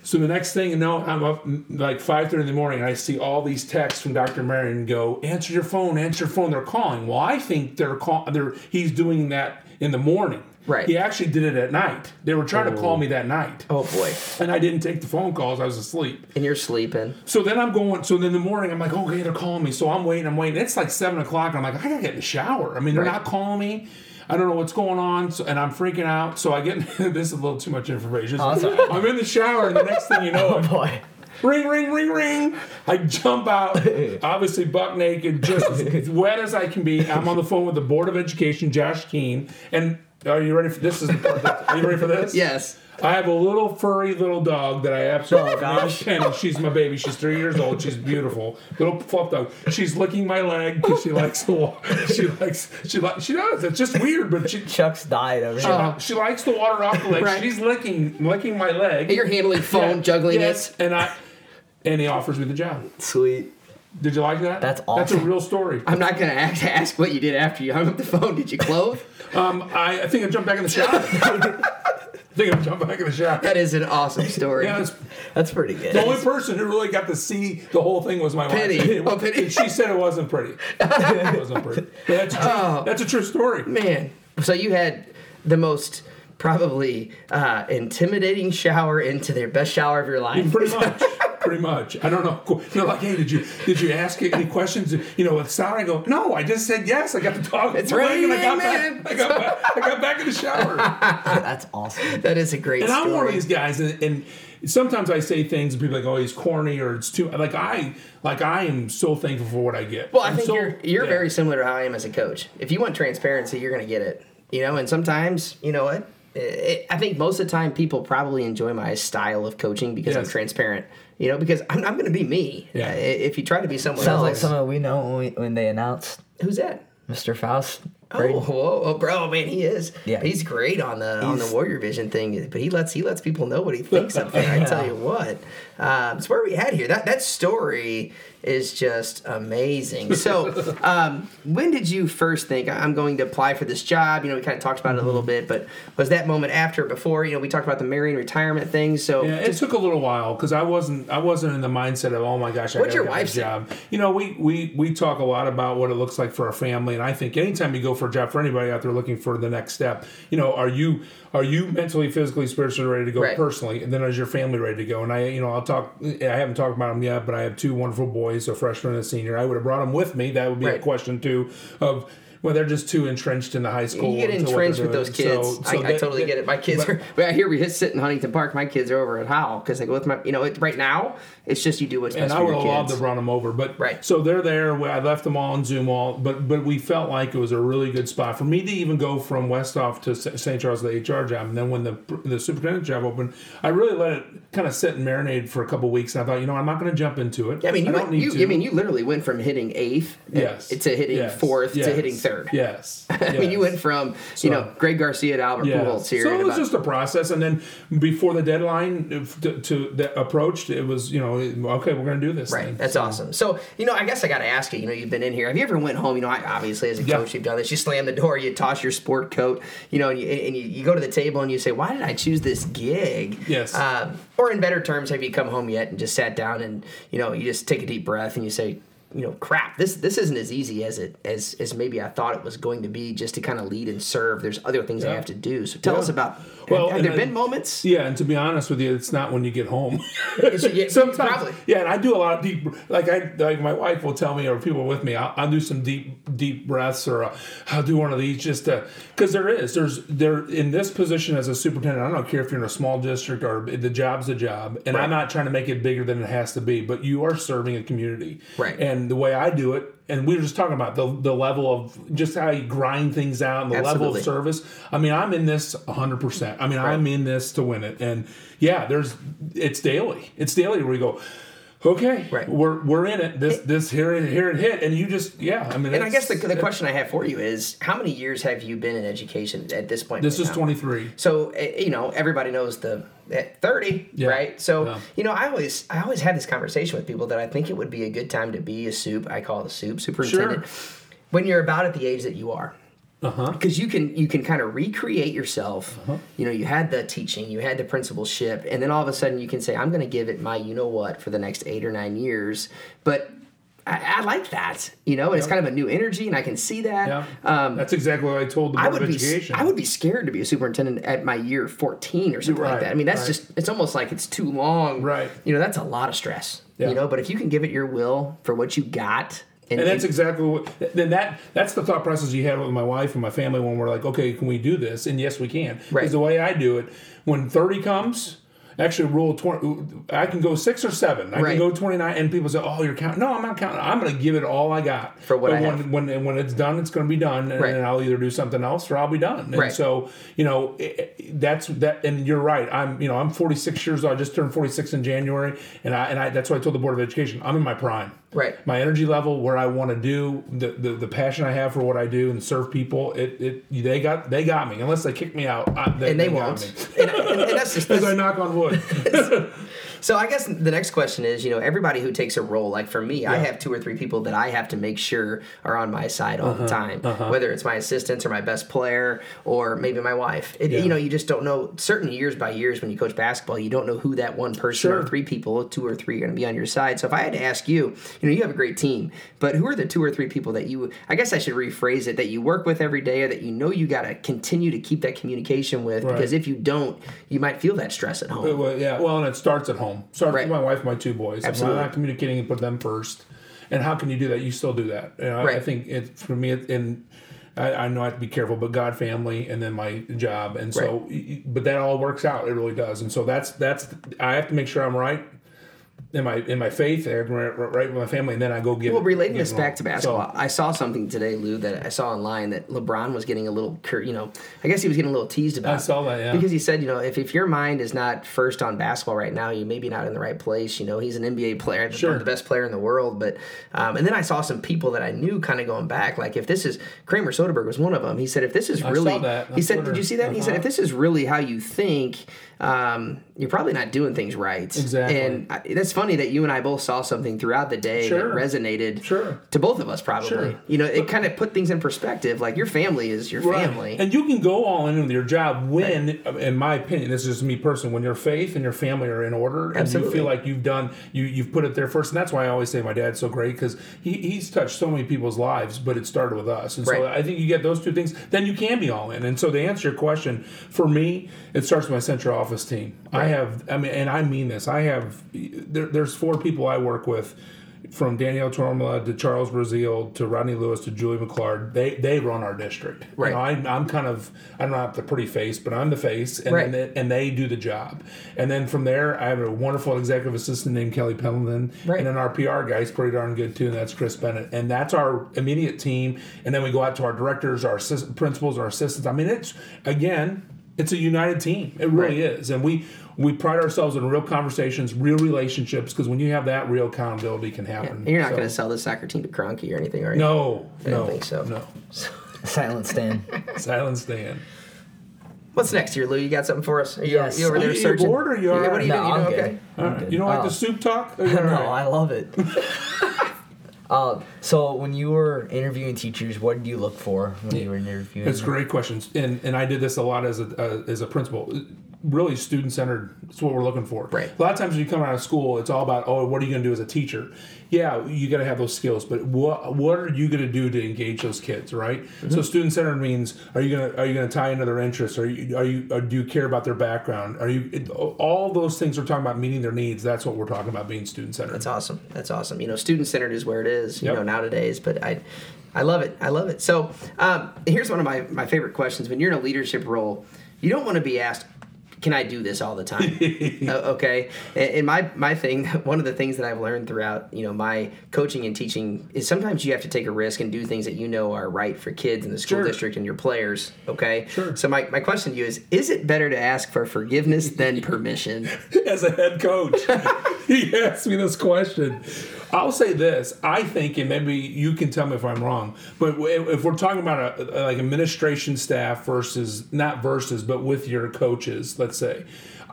S4: So the next thing you know, I'm up mm, like five thirty in the morning, and I see all these texts from Dr. Marion go, "Answer your phone, answer your phone." They're calling. Well, I think they're call- they're he's doing that in the morning.
S2: Right.
S4: He actually did it at night. They were trying to call me that night,
S2: Oh boy,
S4: and I didn't take the phone calls. I was asleep.
S2: and you're sleeping.
S4: So then I'm going. So then in the morning, I'm like, okay, they're calling me. So I'm waiting. I'm waiting. It's like seven o'clock. And I'm like, I gotta get in the shower. I mean, they're
S2: Right.
S4: not calling me. I don't know what's going on, so, and I'm freaking out. So I get this is a little too much information.
S3: Oh, that's all right.
S4: I'm in the shower, and the next thing you know,
S3: Oh
S4: I'm
S3: boy.
S4: ring, ring, ring, ring. I jump out, obviously buck naked, just as wet as I can be. I'm on the phone with the Board of Education, Josh Keene, and are you ready for this? Is the part that, are you ready for this?
S2: Yes.
S4: I have a little furry little dog that I absolutely
S3: Oh, gosh.
S4: and she's my baby. She's three years old. She's beautiful, little fluff dog. She's licking my leg because she likes to walk. She likes she likes she does. It's just weird, but she
S3: Chuck's died over
S2: Oh.
S3: here.
S4: she likes the water off the leg.
S2: Right.
S4: She's licking licking my leg.
S2: And you're handling phone, juggling
S4: Yes,
S2: it.
S4: and I and he offers me the job.
S3: Sweet.
S4: Did you like that?
S3: That's
S4: That's a
S3: awesome.
S4: real story.
S2: I'm not gonna ask, ask what you did after you hung up the phone. Did you clothe?
S4: Um, I, I think I jumped back in the shower. I think I jumped back in the shower.
S2: that is an awesome story.
S4: Yeah, it's-
S3: That's pretty
S4: the
S3: good.
S4: only person who really got to see the whole thing was my wife.
S2: Penny. Oh, Penny.
S4: And she said it wasn't pretty. It wasn't pretty. But that's, a true,
S2: Oh.
S4: that's a true story.
S2: Man, so you had the most probably uh, intimidating shower into their best shower of your life.
S4: Pretty much. Pretty much. I don't know. They're like, hey, did you did you ask any questions? You know, with Sal, I go, no, I just said yes. I got the dog.
S2: It's
S4: awake and I
S2: raining,
S4: got
S2: man.
S4: back. I got back. I got back in the shower.
S3: That's awesome.
S2: That is a great
S4: And
S2: story.
S4: I'm one of these guys, and, and sometimes I say things, and people are like, "Oh, he's corny," or "It's too." Like I, like I am so thankful for what I get.
S2: well, I
S4: I'm
S2: think
S4: so-
S2: you're you're
S4: yeah.
S2: very similar to how I am as a coach. If you want transparency, you're going to get it. You know, and sometimes you know what. It, I think most of the time people probably enjoy my style of coaching because I'm
S4: Yes.
S2: transparent. You know, because I'm, I'm going to be me.
S4: Yeah.
S2: Uh, i- If you try to be someone
S3: Sounds like
S2: else,
S3: someone we know when, we, when they announced
S2: who's that?
S3: Mr. Faust.
S2: Oh, whoa, oh, bro, man, he is.
S3: Yeah.
S2: he's great on the on the
S3: He's-
S2: Warrior Vision thing. But he lets he lets people know what he thinks of things. I tell you what, um, it's where we had here. That that story is just amazing. So, um, when did you first think I'm going to apply for this job? You know, we kind of talked about it a little
S3: Mm-hmm.
S2: bit, but was that moment after, or before? You know, we talked about the marrying retirement thing. So,
S4: Yeah, it took a little while because I wasn't I wasn't in the mindset of oh my gosh. I
S2: What's
S4: gotta
S2: your
S4: get my
S2: wife say?
S4: job? You know, we we we talk a lot about what it looks like for a family, and I think anytime you go for a job for anybody out there looking for the next step, you know, are you are you mentally, physically, spiritually ready to go
S2: Right.
S4: personally, and then is your family ready to go? And I you know I'll talk. I haven't talked about them yet, but I have two wonderful boys, a freshman and a senior. I would have brought them with me. That would be a
S2: Right.
S4: question too of. Well, they're just too entrenched in the high school.
S2: you get
S4: into what
S2: entrenched
S4: they're
S2: with those
S4: doing.
S2: kids.
S4: So-
S2: I,
S4: so
S2: I
S4: that-
S2: totally get it. My kids
S4: but-
S2: are. Well, here we sit in Huntington Park. My kids are over at Howell because I go with my. You know, it, right now it's just you do what's
S4: and
S2: best
S4: I
S2: for
S4: would
S2: your
S4: have loved to
S2: kids.
S4: run them over, but
S2: Right.
S4: So they're there. We- I left them all on Zoom all, but but we felt like it was a really good spot for me to even go from Westoff to S- St. Charles the HR job, and then when the the superintendent job opened, I really let it kind of sit and marinate for a couple weeks. And I thought, you know, I'm not going to jump into it.
S2: I mean, you,
S4: don't need
S2: you,
S4: to.
S2: I mean, you literally went from hitting eighth, uh,
S4: yes,
S2: to hitting
S4: Yes.
S2: fourth to
S4: Yes.
S2: hitting third.
S4: Yes,
S2: I mean, you went from you know
S4: So-
S2: Greg Garcia to Albert Pujols here.
S4: So
S2: in
S4: it was
S2: about-
S4: just a process, and then before the deadline if- to, to that approached, it was you know okay, we're going to do this.
S2: Right,
S4: thing.
S2: that's awesome. So, you know, I guess I got to ask you. You know, you've been in here. Have you ever went home? You know, I, obviously as a
S4: Yeah.
S2: coach, you've done this. You slam the door, you toss your sport coat, you know, and you, and you, you go to the table and you say, "Why did I choose this gig?"
S4: Yes.
S2: Um, or in better terms, have you come home yet and just sat down and you know you just take a deep breath and you say, you know, crap. This this isn't as easy as it as as maybe I thought it was going to be. Just to kind of lead and serve. There's other things I
S4: Yeah.
S2: have to do. So tell
S4: Yeah.
S2: us about.
S4: Well,
S2: have
S4: and
S2: there
S4: then-
S2: been moments?
S4: Yeah, and to be honest with you, it's not when you get home.
S2: yeah,
S4: Sometimes,
S2: probably.
S4: yeah, and I do a lot of deep, like I, like my wife will tell me, or people with me, I'll, I'll do some deep, deep breaths, or uh, I'll do one of these just to, because there is, there's, there in this position as a superintendent, I don't care if you're in a small district or the job's a job, and I'm not trying to make it bigger than it has to be, but you are serving a community,
S2: Right.
S4: And the way I do it, and we were just talking about the the level of just how you grind things out, and the level
S2: Absolutely.
S4: of service service. I mean, I'm in this 100%. I mean, I'm in this to win it. And yeah, there's it's daily. It's daily where you go, okay,
S2: Right.
S4: we're we're in it. This this here it here it hit, and you just yeah. I mean,
S2: And I guess
S4: it's-
S2: the, the question I have for you is, how many years have you been in education at this point?
S4: this
S2: right
S4: is
S2: now?
S4: 23.
S2: So eh, you know, everybody knows the at thirty,
S4: Yeah.
S2: right? So
S4: Yeah.
S2: you know, I always I always had this conversation with people that I think it would be a good time to be a soup. I call it a soup superintendent when you're about at the age that you are.
S4: Uh huh.
S2: Because you can you can kind of recreate yourself.
S4: Uh-huh.
S2: You know, you had the teaching, you had the principalship, and then all of a sudden you can say, "I'm going to give it my you know what for the next eight or nine years." But I, I like that, you know, and it's kind of a new energy, and I can see that.
S4: Yeah.
S2: Um,
S4: That's exactly what I told the
S2: I
S4: board
S2: would
S4: of
S2: be
S4: education.
S2: I would be scared to be a superintendent at my year 14 or something like
S4: Right,
S2: that. I mean, that's
S4: right.
S2: just it's almost like it's too long.
S4: Right.
S2: You know, that's a lot of stress.
S4: Yeah.
S2: You know, but if you can give it your will for what you got, and,
S4: and that's exactly what then that that's the thought process you had with my wife and my family when we're like okay can we do this and yes we can because
S2: Right.
S4: the way i do it when 30 comes actually rule 20 i can go six or seven i
S2: Right.
S4: can go 29 and people say oh you're counting no i'm not counting i'm going to give it all i got
S2: For what
S4: but
S2: I
S4: when,
S2: have.
S4: when and when it's done it's going to be done and
S2: Right.
S4: then i'll either do something else or i'll be done and
S2: Right.
S4: so you know it- it- that's that and you're right i'm you know i'm 46 years old i just turned 46 in january and i and i that's what i told the board of education i'm in my prime
S2: Right.
S4: my energy level, where I want to do the, the the passion I have for what I do and serve people. It it they got they got me unless they kick me out. I, they,
S2: and they,
S4: got me.
S2: won't. and, and- and that's just
S4: As I knock on wood.
S2: So I guess the next question is, you know, everybody who takes a role, like for me, I have two or three people that I have to make sure are on my side
S4: Uh-huh.
S2: all the time, whether it's my assistants or my best player or maybe my wife. It, You know, you just don't know. Certain years by years when you coach basketball, you don't know who that one person or
S4: Sure.
S2: three people, two or three, are going to be on your side. So if I had to ask you, you know, you have a great team, but who are the two or three people that you? I guess I should rephrase it that you work with every day or that you know you got to continue to keep that communication with
S4: Right.
S2: because if you don't, you might feel that stress at home.
S4: well, yeah. Well, and it starts at home. Starts
S2: Right.
S4: with my wife, and my two boys.
S2: Absolutely.
S4: If I'm not communicating and put them first. And how can you do that? You still do that. And I, I
S2: Right.
S4: think it for me it, and. I, I know I have to be careful, but God, family, and then my job, and so, y- y- but that all works out. It really does, and so that's that's. I have to make sure I'm right in my in my faith, and I'm right, right with my family, and then I go get.
S2: Well, relating
S4: get
S2: this back to
S4: along.
S2: basketball, I saw something today, Lou, that I saw online that LeBron was getting a little, cur- you know, I guess he was getting a little teased about.
S4: I saw that, yeah.
S2: Because he said, you know, if, if your mind is not first on basketball right now, you may be not in the right place. You know, he's an NBA player,
S4: Sure.
S2: the best player in the world. But, um, and then I saw some people that I knew kind of going back, like if this is, Kramer Soderberg was one of them. He said, if this is
S4: saw
S2: really,
S4: that on
S2: he said,
S4: Twitter.
S2: did you see that? He said,
S4: Uh-huh.
S2: if this is really how you think, um, you're probably not doing things right.
S4: Exactly.
S2: And I, that's funny that you and I both saw something throughout the day
S4: Sure.
S2: that resonated
S4: Sure.
S2: to both of us probably
S4: Sure.
S2: you know it kind of put things in perspective like your family is your
S4: Right.
S2: family
S4: And you can go all in with your job when, in my opinion, this is just me personally, when your faith and your family are in order
S2: Absolutely.
S4: and you feel like you've done, you, you've put it there first. And that's why I always say my dad's so great because he, he's touched so many people's lives, but it started with us. And so
S2: Right.
S4: I think you get those two things, then you can be all in. And so to answer your question, for me, it starts with my central office team. I have, I mean, and I mean this, I have, there, there's four people I work with from Danielle Tormala to Charles Brazil to Rodney Lewis to Julie McClard, they they run our district. You
S2: Right.
S4: know, I, I'm kind of I'm not the pretty face, but I'm the face, and
S2: Right.
S4: then they, and they do the job. And then from there, I have a wonderful executive assistant named Kelly Pendleton,
S2: Right.
S4: and then our PR guy's pretty darn good too, and that's Chris Bennett. And that's our immediate team. And then we go out to our directors, our assist, principals, our assistants. I mean, it's again. It's a united team. It really is, and we we pride ourselves in real conversations, real relationships, because when you have that, real accountability can happen.
S2: and you're not
S4: So-
S2: going to sell the soccer team to Kroenke or anything are you?
S4: No,
S2: I
S4: no,
S2: don't think so.
S4: no.
S3: Silent stand.
S4: Silence stand.
S2: what's next here Lou you got something for us are you,
S3: Yes.
S2: you over
S3: Are
S2: there
S4: you
S2: searching
S4: bored or you all
S2: what are
S4: right?
S2: you
S3: no,
S2: doing you
S3: I'm
S2: doing
S3: good.
S2: okay
S3: I'm
S4: All right.
S3: good.
S4: You don't like
S3: Oh.
S4: the soup talk? Or
S3: No,
S4: you're all right?
S3: I love it. uh, so when you were interviewing teachers, what did you look for when you were interviewing?
S4: That's
S3: them?
S4: great questions, and and I did this a lot as a uh, as a principal. really student centered. It's what we're looking for.
S2: Right.
S4: A lot of times when you come out of school, it's all about oh, what are you going to do as a teacher? Yeah, you got to have those skills, but what what are you going to do to engage those kids? Right. So student centered means are you going to are you going to tie into their interests? Are you are you or do you care about their background? Are you it, all those things we're talking about meeting their needs? That's what we're talking about being student centered.
S2: That's awesome. That's awesome. You know, student centered is where it is. You
S4: Yep.
S2: know, nowadays, but I, I love it. I love it. So um, here's one of my my favorite questions. When you're in a leadership role, you don't want to be asked. Can I do this all the time? Uh, okay. And and my my thing, one of the things that I've learned throughout, you know, my coaching and teaching is sometimes you have to take a risk and do things that you know are right for kids in the school
S4: Sure.
S2: district and your players. Okay.
S4: Sure.
S2: So my, my question to you is: Is it better to ask for forgiveness than permission?
S4: As a head coach, he asked me this question. I'll say this: I think, and maybe you can tell me if I'm wrong, but w- if we're talking about a, like administration staff versus not versus, but with your coaches, let's say,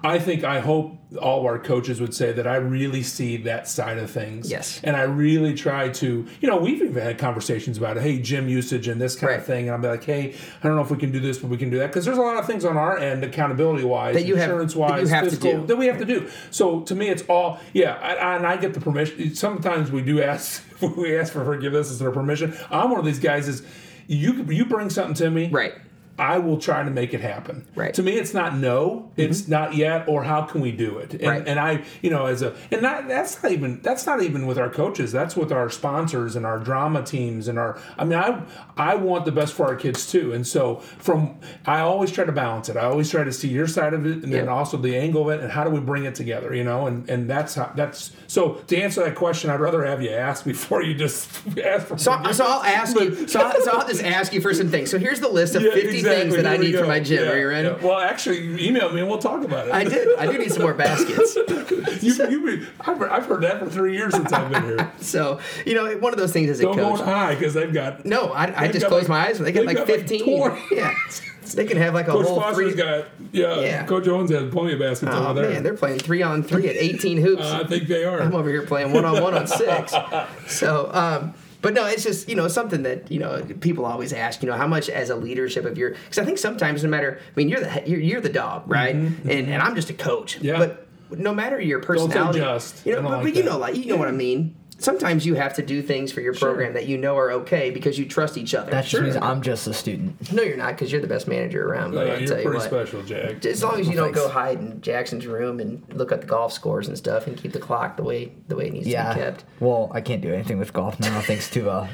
S4: I think I hope all of our coaches would say that I really see that side of things.
S2: Yes.
S4: and I really try to, you know, we've even had conversations about, hey, gym usage and this kind
S2: Right.
S4: of thing, and I'm like, hey, I don't know if we can do this, but we can do that because there's a lot of things on our end, accountability wise,
S2: That you have-
S4: insurance
S2: that
S4: wise,
S2: you have to
S4: physical,
S2: do.
S4: that we have to do. So to me, it's all yeah. I, I- and I get the permission. Sometimes we do ask we ask for forgiveness instead of permission. I'm one of these guys. Is you you bring something to me,
S2: Right.
S4: I will try to make it happen.
S2: Right. Mm-hmm.
S4: To me, it's not no, it's not yet, or how can we do it? And,
S2: Right.
S4: and I, you know, as a and that that's not even that's not even with our coaches. That's with our sponsors and our drama teams and our. I mean, I I want the best for our kids too, and so from I always try to balance it. I always try to see your side of it and then
S2: Yeah.
S4: also the angle of it and how do we bring it together, you know? And and that's how that's so to answer that question, I'd rather have you ask before you just ask for.
S2: So, so I'll ask you. So, I'll- so I'll just ask you for some things. So here's the list of 50 things that I
S4: Here we
S2: need for
S4: go.
S2: my gym.
S4: Yeah,
S2: Are you ready?
S4: yeah. Well, actually, you email me and we'll talk about it.
S2: I did. I do need some more baskets.
S4: you, you, I've, I've heard that for three years since I've been here.
S2: So you know, one of those things as a
S4: Don't go
S2: coach.
S4: high because they've got.
S2: No, I, I
S4: They've
S2: just
S4: got
S2: close
S4: like-
S2: my eyes. They get
S4: they've
S2: like
S4: got like
S2: 15.
S4: 20.
S2: yeah, they can have like a
S4: Coach
S2: whole
S4: Foster's
S2: three.
S4: got. Yeah,
S2: Yeah.
S4: Coach Owens has plenty of baskets
S2: oh
S4: over there.
S2: man, they're playing three on three at 18 hoops.
S4: Uh, I think they are.
S2: I'm over here playing one on one on six. So, um, but no, it's just you know something that you know people always ask. You know how much as a leadership of your because I think sometimes no matter I mean you're the he- you're, you're the dog right, and and I'm just a coach.
S4: Mm-hmm. Yeah.
S2: But no matter your personality,
S4: just.
S2: you
S4: I
S2: know,
S4: don't
S2: but,
S4: like
S2: but you
S4: that.
S2: know like you know what I mean. Sometimes you have to do things for your program that you know are okay because you trust each other.
S3: That just means I'm just a student.
S2: no, you're not because you're the best manager around. But
S4: Uh,
S2: I'll
S4: you're
S2: tell you
S4: pretty
S2: what.
S4: special, Jack.
S2: As long as you
S3: Well,
S2: don't go hide in Jackson's room and look at the golf scores and stuff, and keep the clock the way the way it needs
S3: Yeah.
S2: to be kept.
S3: Well, I can't do anything with golf now thanks to uh,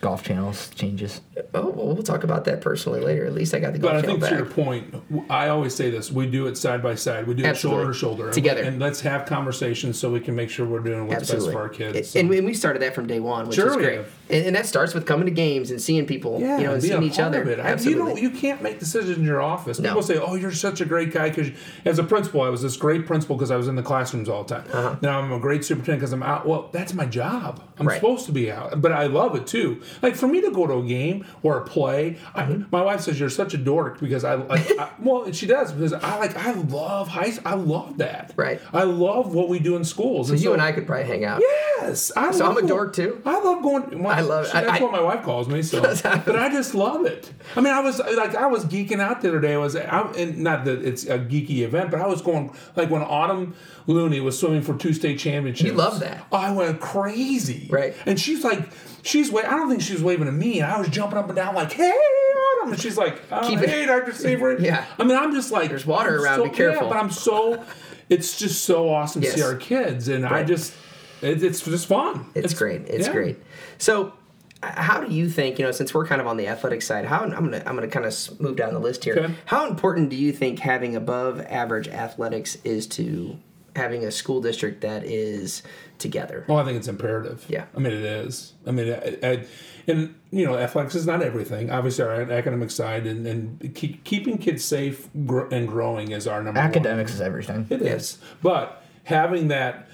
S3: golf channels changes.
S2: Oh, well, we'll talk about that personally later. At least I got the
S4: But I
S2: golf channel
S4: think
S2: back.
S4: to your point, w- I always say this: we do it side by side. We do
S2: Absolutely.
S4: it shoulder to shoulder
S2: Together.
S4: and, let's have conversations so we can make sure we're doing what's
S2: Absolutely.
S4: best for our kids.
S2: And-
S4: So-
S2: And, we- and we started that from day one, which
S4: Sure
S2: is
S4: we
S2: great.
S4: have.
S2: And, and that starts with coming to games and seeing people,
S4: Yeah,
S2: you know, and
S4: be a
S2: seeing each
S4: part
S2: other.
S4: of it. I- You
S2: Absolutely.
S4: don't. You can't make decisions in your office.
S2: No.
S4: People say, "Oh, you're such a great guy." Because as a principal, I was this great principal because I was in the classrooms all the time. Now I'm a great superintendent because I'm out. Well, that's my job.
S2: Uh-huh.
S4: I'm
S2: Right.
S4: supposed to be out, but I love it too. Like for me to go to a game or a play, I,
S2: Mm-hmm.
S4: my wife says you're such a dork because I, I, I well, she does because I like I love high. s- I love that.
S2: Right.
S4: I love what we do in schools.
S2: you and I could probably hang out.
S4: Yes, I
S2: So I'm
S4: love
S2: a
S4: go-
S2: dork, too?
S4: I love going.
S2: I love-
S4: That's
S2: I- I-
S4: what my wife calls me. So, but I just love it. I mean, I was like, I was geeking out the other day. I was, I, and not that it's a geeky event, but I was going like when Autumn Looney was swimming for two state championships. Oh,
S2: You love that.
S4: I went crazy.
S2: Right.
S4: And she's like, she's wait. I don't think she was waving at me, and I was jumping up and down like, hey. Autumn. And she's like, oh,
S2: Keep it-
S4: hey, Dr. Seaver.
S2: Yeah.
S4: I mean, I'm just like, there's
S2: water around, be careful.
S4: but I'm so, it's just so awesome to see
S2: Yes.
S4: our kids, and I just, it, it's just fun.
S2: It's, great. It's
S4: yeah.
S2: great. So, h- how do you think? You know, since we're kind of on the athletic side, how I'm gonna I'm gonna kind of move down the list here.
S4: Okay.
S2: How important do you think having above average athletics is to having a school district that is together?
S4: Well, I think it's imperative.
S2: Yeah.
S4: I mean, it is. I mean, I, I, and you know, athletics is not everything. Obviously, our academic side and, and keep, keeping kids safe gr- and growing is our number one.
S3: Academics is everything.
S4: It is. But having that,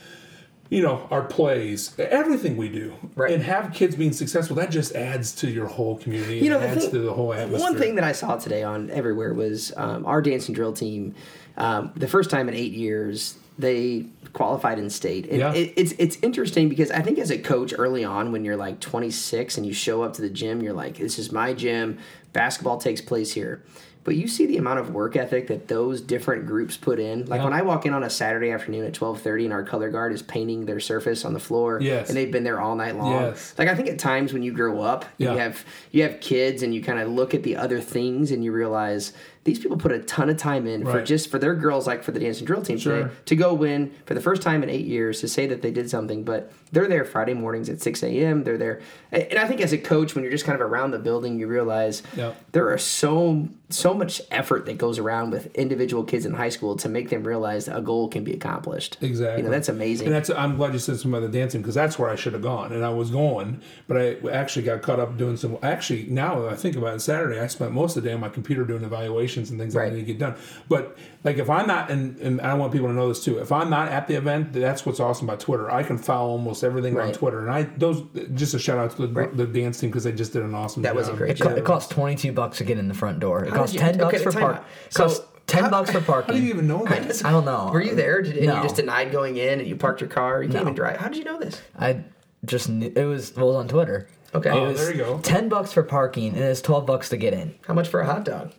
S4: you know, our plays, e, everything we do,
S2: Right.
S4: and have kids being successful, that just adds to your whole community.
S2: You know,
S4: it
S2: the
S4: adds
S2: thing-
S4: to the whole atmosphere.
S2: One thing that I saw today on everywhere was um, our dance and drill team. Um, the first time in eight years, they qualified in state. And
S4: Yeah.
S2: it, it's it's interesting because I think as a coach early on, when you're like 26 and you show up to the gym, you're like, "This is my gym. Basketball takes place here." But you see the amount of work ethic that those different groups put in. Like
S4: Yeah.
S2: when I walk in on a Saturday afternoon at twelve thirty, and our color guard is painting their surface on the floor,
S4: Yes.
S2: and they've been there all night long.
S4: Yes.
S2: Like I think at times when you grow up,
S4: Yeah.
S2: you have you have kids, and you kind of look at the other things, and you realize these people put a ton of time in for
S4: Right.
S2: just for their girls, like for the dance and drill team
S4: Sure.
S2: today, to go win for the first time in eight years to say that they did something. But they're there Friday mornings at six a.m. They're there, and and I think as a coach, when you're just kind of around the building, you realize
S4: Yeah.
S2: there are so so much effort that goes around with individual kids in high school to make them realize a goal can be accomplished.
S4: Exactly.
S2: you know that's amazing.
S4: And that's I'm glad you said something about the dancing because that's where I should have gone, and I was going, but I actually got caught up doing some. Actually, now that I think about it, Saturday I spent most of the day on my computer doing evaluations and things that I
S2: Right.
S4: need to get done. But like if I'm not, and, and I want people to know this too, if I'm not at the event, that's what's awesome about Twitter. I can follow almost everything on
S2: Right.
S4: Twitter, and I those just a shout out to the,
S2: Right.
S4: the dance team because they just did an awesome.
S2: That
S4: job.
S2: was a great
S4: It
S3: Co-
S2: job.
S4: co-
S3: It costs twenty two bucks to get in the front door. It costs
S2: you-
S3: ten bucks
S2: okay,
S3: for
S2: time
S3: park.
S2: out. So,
S3: Costs ten bucks for parking.
S4: How do you even know that?
S3: I don't know.
S2: Were you there? Did, and you
S3: No.
S2: just denied going in, and you parked your car. You can't
S3: No.
S2: even drive. How did you know this?
S3: I just knew, it was well, it was on Twitter.
S2: Okay.
S3: It
S2: Oh,
S3: was
S4: there you go.
S3: Ten bucks for parking, and it's twelve bucks to get in.
S2: How much for a hot dog?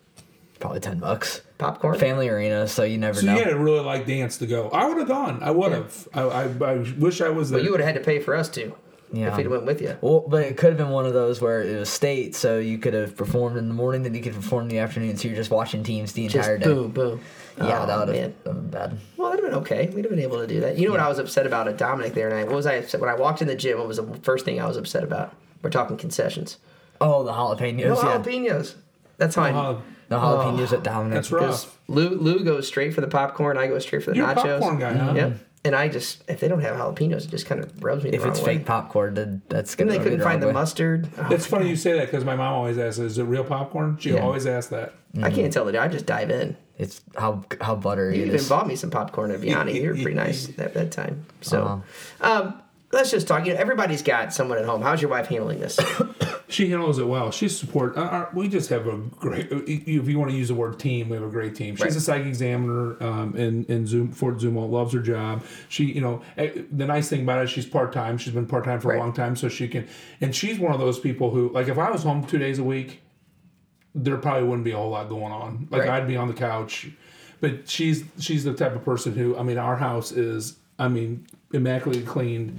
S3: Probably ten bucks.
S2: Popcorn?
S3: Family arena, so you never
S4: So
S3: know.
S4: you had to really like dance to go. I would have gone. I would have. I, I, I wish I was there.
S2: Well, you would have had to pay for us too if
S3: Yeah.
S2: he'd went with you.
S3: Well, but it could have been one of those where it was state, so you could have performed in the morning, then you could perform in the afternoon, so you're just watching teams the
S2: Just
S3: entire day.
S2: boom, boom.
S3: Yeah,
S2: Oh,
S3: that would
S2: man.
S3: have been bad.
S2: Well, that'd have been okay. We'd have been able to do that. You know what I was upset about at Dominic there, and I what was I upset when I walked in the gym. What was the first thing I was upset about? We're talking concessions.
S3: Oh, the jalapenos.
S2: No Oh.
S3: yeah.
S2: jalapenos. That's how I.
S4: Uh,
S3: The jalapenos at Dominic.
S4: that's
S2: Because
S4: rough.
S2: Lou, Lou goes straight for the popcorn. I go straight for the
S4: You're a
S2: nachos.
S4: popcorn guy, huh?
S2: Yep. And I just if they don't have jalapenos, it just kind of rubs me. The
S3: If
S2: wrong
S3: it's
S2: way.
S3: fake popcorn, then that's
S2: and
S3: gonna.
S2: they
S3: go
S2: couldn't
S3: wrong
S2: find the
S3: way.
S2: mustard. Oh,
S4: It's funny you say that because my mom always asks, "Is it real popcorn?" She always asks that.
S2: Oh, I
S3: Mm.
S2: can't tell the difference. I just dive in.
S3: It's how how buttery
S2: You
S3: it
S2: even
S3: is.
S2: bought me some popcorn at Vianney. They were pretty nice at that time. So, um, let's just talk. You know, everybody's got someone at home. How's your wife handling this?
S4: She handles it well. She's support. Uh, uh, we just have a great. uh, If you want to use the word team, we have a great team. She's
S2: Right.
S4: a psych examiner um, in in Zoom Fort Zumo. Loves her job. She, you know, eh, the nice thing about it, she's part time. She's been part time for
S2: Right.
S4: a long time, so she can. And she's one of those people who, like, if I was home two days a week, there probably wouldn't be a whole lot going on. Like
S2: Right.
S4: I'd be on the couch, but she's she's the type of person who. I mean, our house is. I mean, immaculately cleaned,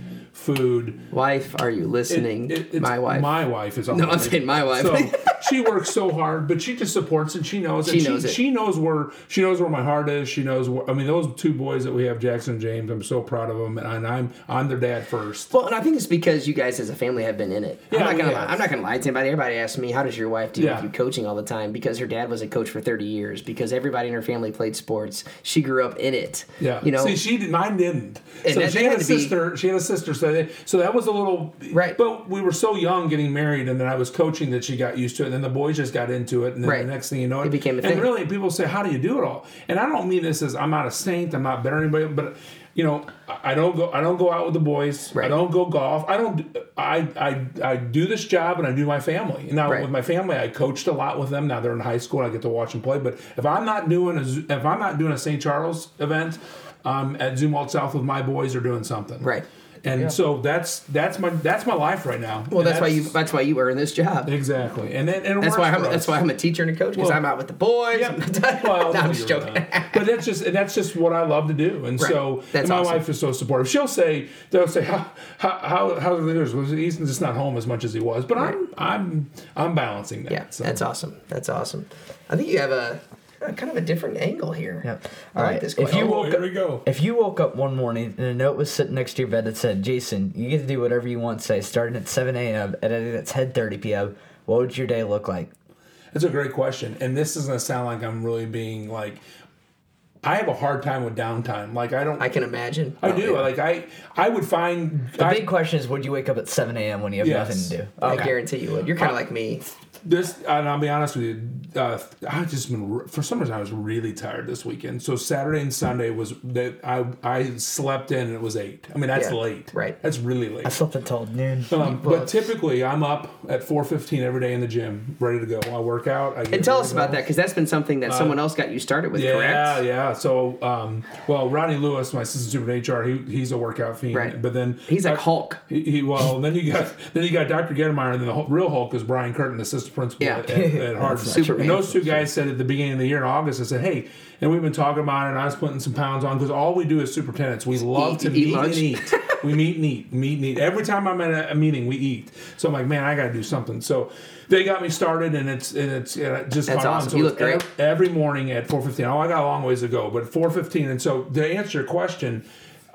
S4: food.
S2: wife, are you listening?
S4: It- it's-
S2: my wife.
S4: My wife is.
S2: No, I'm saying my wife.
S4: So she works so hard, but she just supports and she knows. And
S2: She
S4: she,
S2: knows it.
S4: she knows where she knows where my heart is. She knows. Where, I mean, those two boys that we have, Jackson and James. I'm so proud of them, and I'm I'm their dad first.
S2: well, and I think it's because you guys as a family have been in it.
S4: Yeah,
S2: I'm not
S4: we
S2: gonna.
S4: have.
S2: Lie. I'm not gonna lie to anybody. Everybody asks me, "How does your wife do
S4: Yeah.
S2: with you coaching all the time?" Because her dad was a coach for 30 years. Because everybody in her family played sports. She grew up in it.
S4: Yeah,
S2: You know.
S4: See, she did, mine didn't.
S2: And
S4: so
S2: that-
S4: she
S2: that
S4: had,
S2: had
S4: a
S2: to be-
S4: sister. She had a sister. So they, so that was a little
S2: Right.
S4: But we were so young getting married, and then I was coaching that she got used to it, and then the boys just got into it, and then
S2: Right.
S4: the next thing you know,
S2: It became a
S4: and
S2: thing.
S4: really, people say, "How do you do it all?" And I don't mean this as I'm not a saint. I'm not better than anybody, but you know, I I don't go. I don't go out with the boys.
S2: Right.
S4: I don't go golf. I don't. do- I I I do this job, and I do my family. Now
S2: Right.
S4: with my family, I coached a lot with them. Now they're in high school. and I get to watch them play. But if I'm not doing a Zo- if I'm not doing a St. Charles event, um, at Zumwalt South with my boys, are doing something
S2: Right.
S4: And so that's that's my that's my life right now.
S2: well, that's, why you. That's why you earned this job.
S4: exactly. And then and it
S2: That's
S4: works
S2: why I'm.
S4: for
S2: That's
S4: us.
S2: why I'm a teacher and a coach because
S4: Well,
S2: I'm out with the boys.
S4: Yeah. Well,
S2: No, I'm
S4: no,
S2: just
S4: you're
S2: joking.
S4: not. But that's just and that's just what I love to do. And
S2: Right.
S4: so
S2: That's
S4: and my
S2: awesome.
S4: wife is so supportive. She'll say they'll say how how how how are theirs? Well, he's just not home as much as he was. But I'm I'm I'm balancing that.
S2: Yeah,
S4: so.
S2: that's awesome. That's awesome. I think you have a, a kind of a different angle here.
S3: Yep.
S2: I
S3: All
S2: like
S3: right,
S2: this.
S3: if
S2: Question.
S3: you
S4: Oh,
S3: woke
S4: here
S3: up-
S4: we go.
S3: If you woke up one morning and a note was sitting next to your bed that said, "Jason, you get to do whatever you want today, starting at 7 a.m. and ending at 10:30 p.m." What would your day look like?
S4: That's a great question. And this is gonna sound like I'm really being like I have a hard time with downtime. Like I don't
S2: Oh, I can imagine.
S4: I do. Like I I would find
S3: The
S4: I-
S3: big question is, would you wake up at 7 a.m. when you have
S4: Yes.
S3: nothing to do?
S2: Oh, I guarantee you would. You're kind of like me.
S4: Uh, this and I'll be honest with you, uh, I've just been re- for some reason I was really tired this weekend. So Saturday and Sunday was that I I slept in and it was eight. I mean that's
S2: Yeah,
S4: late,
S2: right.
S4: That's really late.
S3: I slept until noon.
S4: Um, but typically I'm up at four fifteen every day in the gym, ready to go. I work out. I get
S2: And tell
S4: ready
S2: us
S4: to
S2: about
S4: go.
S2: that because that's been something that someone else got you started with,
S4: Uh, Yeah,
S2: correct?
S4: yeah. so um, well, Ronnie Lewis, my assistant super to HR, he, he's a workout fiend.
S2: Right.
S4: But then
S2: He's like
S4: uh,
S2: Hulk.
S4: He, he well, then you got then you got Dr. Gedemeyer, and then the Hulk- real Hulk is Brian Curtin, the assistant principal
S2: Yeah.
S4: at, at, at Harvard.
S2: Superman.
S4: And those two guys said at the beginning of the year in August, I said, hey, and we've been talking about it, and I was putting some pounds on because all we do is superintendents. We love
S2: eat-
S4: to
S2: eat
S4: meet
S2: lunch.
S4: and eat. We meet and eat, meet and eat. Every time I'm at a, a meeting, we eat. So I'm like, man, I got to do something. So they got me started, and it's and it's and it just
S2: That's
S4: caught
S2: awesome.
S4: on. So
S2: You
S4: it's
S2: look great.
S4: ev- every morning at 4:15. Oh, I got a long ways to go, but 4:15. And so to answer your question,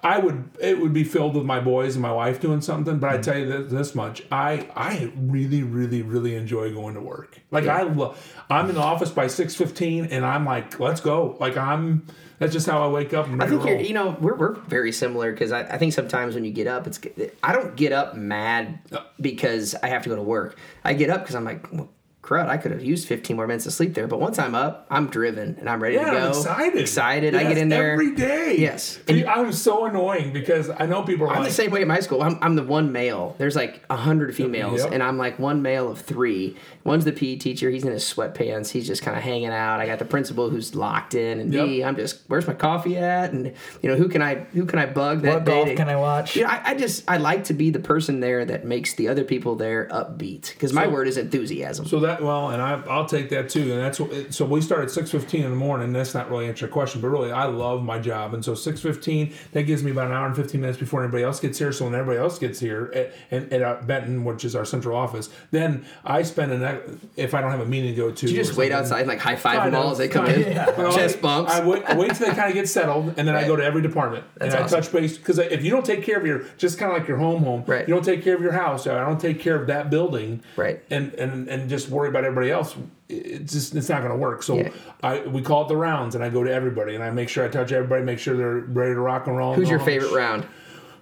S4: I would it would be filled with my boys and my wife doing something. But I tell you this, this much: I I really really really enjoy going to work. Like I love. I'm in the office by 6:15, and I'm like, let's go. Like I'm. That's just how I wake up. And
S2: I think
S4: roll.
S2: you're, you know, we're, we're very similar because I, I think sometimes when you get up, it's I don't get up mad
S4: Uh.
S2: because I have to go to work. I get up because I'm like, well, crud, I could have used 15 more minutes of sleep there. But once I'm up, I'm driven and I'm ready to
S4: Yeah,
S2: go.
S4: I'm excited.
S2: Excited. I
S4: Yes,
S2: get in there
S4: every day.
S2: Yes.
S4: Dude, I'm so annoying because I know people are
S2: I'm
S4: like,
S2: the same way at my school. I'm, I'm the one male. There's like a hundred females,
S4: Yep.
S2: and I'm like one male of three. One's the PE teacher. He's in his sweatpants. He's just kind of hanging out. I got the principal who's locked in, and me.
S4: Yep.
S2: I'm just where's my coffee at? And you know who can I who can I bug that
S3: What
S2: day?
S3: golf
S2: to-
S3: can I watch?
S2: You know, I, I just I like to be the person there that makes the other people there upbeat because my word is enthusiasm.
S4: so that well, and I, I'll take that too. And that's what, so we start at six fifteen in the morning. That's not really answer your question, but really, I love my job. And so six fifteen that gives me about an hour and fifteen minutes before anybody else gets here. So when everybody else gets here at, and at uh, Benton, which is our central office, then I spend an if I don't have a meeting to go to,
S2: you just
S4: or
S2: wait
S4: something.
S2: outside and like high five
S4: I
S2: them
S4: know.
S2: all as they come in.
S4: Well,
S2: Chest
S4: I-
S2: bumps.
S4: I wait, I wait till they kind of get settled, and then I
S2: Right.
S4: go to every department and
S3: awesome.
S4: I touch base because if you don't take care of your just kind of like your home, home,
S2: Right.
S4: you don't take care of your house. I don't take care of that building,
S2: Right.
S4: And and and just worry about everybody else. It's just it's not going to work. So
S2: Yeah.
S4: I we call it the rounds, and I go to everybody, and I make sure I touch everybody, make sure they're ready to rock and roll.
S2: Who's
S4: and
S2: your
S4: all that
S2: favorite
S4: shit.
S2: round?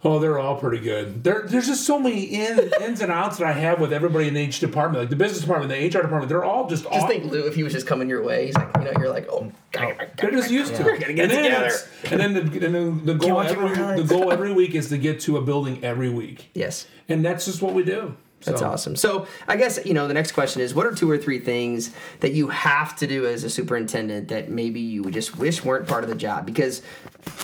S4: Oh, they're all pretty good. There, there's just so many in, ins and outs that I have with everybody in each department, like the business department, the HR department. They're all just
S2: Just
S4: aw-
S2: think, Lou, if he was just coming your way, he's like, you know, you're like, oh,
S4: They're just used to it.
S2: get
S4: and then
S2: together.
S4: it's- And then the, and then the goal
S3: watch
S4: every,
S3: it online.
S4: the goal every week is to get to a building every week,
S2: yes.
S4: and that's just what we do. So,
S2: That's awesome. So I guess you know the next question is: What are two or three things that you have to do as a superintendent that maybe you would just wish weren't part of the job? Because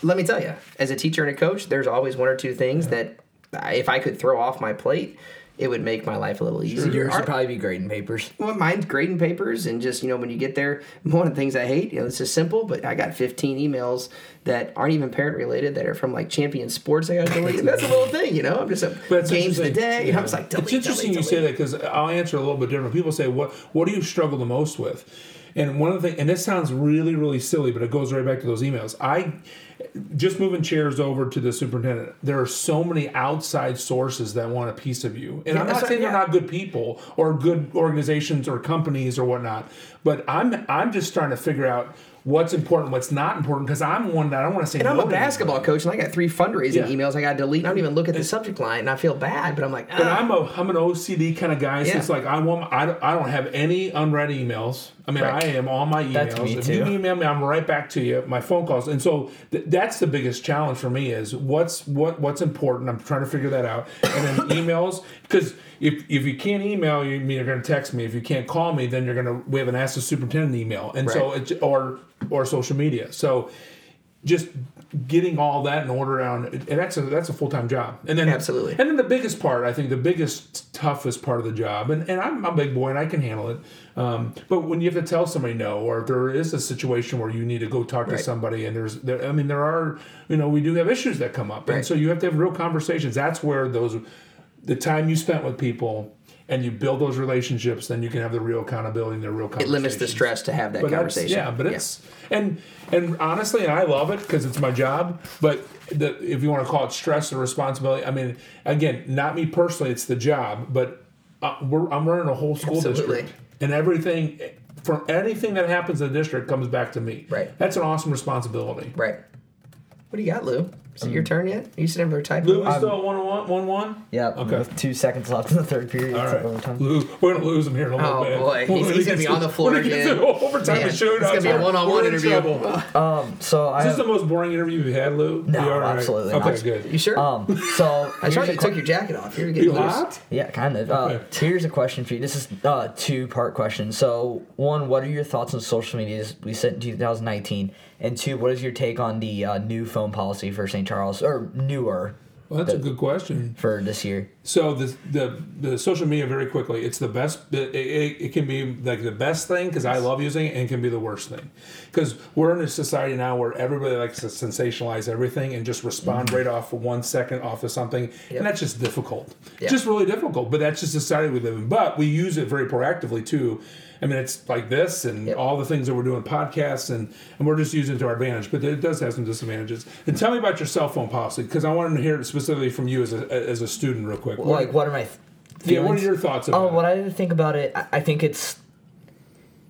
S2: let me tell you, as a teacher and a coach, there's always one or two things that I- if I could throw off my plate, it would make my life a little easier.
S3: Yours
S2: Our-
S3: would probably be grading papers.
S2: well, mine's grading papers and just you know when you get there, one of the things I hate, you know, this is simple, but I got 15 emails that aren't even parent related that are from like Champion Sports. I got to delete, and that's a little thing, you know. I'm just a
S4: But it's
S2: games of the
S4: interesting.
S2: day. You know, I'm just like, delete,
S4: it's interesting
S2: delete,
S4: you
S2: delete.
S4: say that because I'll answer a little bit different. People say, "What what do you struggle the most with?" And one of the things, and this sounds really really silly, but it goes right back to those emails. I just moving chairs over to the superintendent. There are so many outside sources that want a piece of you, and I'm
S2: that's
S4: not
S2: right,
S4: saying
S2: yeah.
S4: they're not good people or good organizations or companies or whatnot, but I'm I'm just trying to figure out what's important, what's not important, because I'm one that I don't want to say.
S2: And I'm
S4: no
S2: a
S4: to anybody.
S2: basketball coach, and I got three fundraising
S4: Yeah.
S2: emails I got to delete. and I don't even look at the subject line, and I feel bad, but I'm like,
S4: But
S2: "Ah."
S4: I'm a I'm an OCD kind of guy, so
S2: Yeah.
S4: it's like I want I don't, I don't have any unread emails. I mean,
S2: Right.
S4: I am on my emails.
S3: That's me
S4: if
S3: too.
S4: you email me, I'm right back to you. My phone calls, and so th- that's the biggest challenge for me is what's what what's important. I'm trying to figure that out, and then emails because if if you can't email, you mean you're going to text me. If you can't call me, then you're going to we have an ask the superintendent email, and so
S2: Right.
S4: it's or or social media. So just getting all that in order on and that's a that's a full-time job and then
S2: Absolutely.
S4: and then the biggest part i think the biggest toughest part of the job and, and i'm a big boy and i can handle it um, but when you have to tell somebody no or if there is a situation where you need to go talk
S2: Right.
S4: to somebody and there's there, i mean there are you know we do have issues that come up
S2: Right.
S4: and so you have to have real conversations that's where those the time you spent with people and you build those relationships then you can have the real accountability and the real
S2: it limits the stress to have that
S4: but that's-
S2: conversation.
S4: Yeah, but it's and and honestly, and I love it because it's my job. But the, if you want to call it stress or responsibility, I mean, again, not me personally, it's the job. But uh, we're, I'm running a whole school
S2: Absolutely.
S4: district, and everything from anything that happens in the district comes back to me.
S2: Right.
S4: That's an awesome responsibility.
S2: right. What do you got, Lou? Is it your turn yet? you sitting over there typing?
S4: Um, Lou, we still at one one one one.
S3: Yeah.
S4: Okay.
S3: With two seconds left in the third period.
S4: All
S3: it's
S4: right,
S3: overtime.
S4: Lou, we're gonna lose him here in a little
S2: Oh,
S4: bit.
S2: boy.
S4: When
S2: He's-
S4: he
S2: he's gonna
S4: gets
S2: be
S4: to-
S2: on the floor
S4: when he gets
S2: again.
S4: to Overtime
S2: Man,
S4: and shootouts,
S2: it's gonna be a one-on-one
S4: we're in
S2: interview.
S4: trouble.
S3: So I.
S4: Is this the most boring interview you've had, Lou?
S3: No,
S4: You all right?
S3: absolutely
S4: Okay,
S3: not.
S4: good.
S2: You sure?
S3: um. So
S2: I
S3: here's
S2: thought
S3: a
S2: you
S3: que-
S2: took your jacket off. You're getting
S4: You
S2: loose.
S4: hot?
S3: Yeah, kind of. Uh,
S4: Okay.
S3: here's a question for you. This is uh, two part question. So, one, what are your thoughts on social media as we sit in 2019? And two, what is your take on the uh, new phone policy for St. Charles or newer
S4: Well, that's a good question.
S3: for this year?
S4: So the the, the social media very quickly. It's the best. It, it, it can be like the best thing because I love using it, and it can be the worst thing because we're in a society now where everybody likes to sensationalize everything and just respond
S3: Mm-hmm.
S4: right off for one second off of something, and that's just difficult.
S3: Yeah.
S4: Just really difficult. But that's just the society we live in. But we use it very proactively too. I mean, it's like this and
S3: Yep.
S4: all the things that we're doing, podcasts, and, and we're just using it to our advantage, but it does have some disadvantages. And tell me about your cell phone policy, because I wanted to hear it specifically from you as a, as a student, real quick.
S3: Like, what are my th-
S4: yeah, what are
S3: feelings?
S4: your thoughts about
S3: Oh,
S4: it?
S3: what I think about it, I, I think it's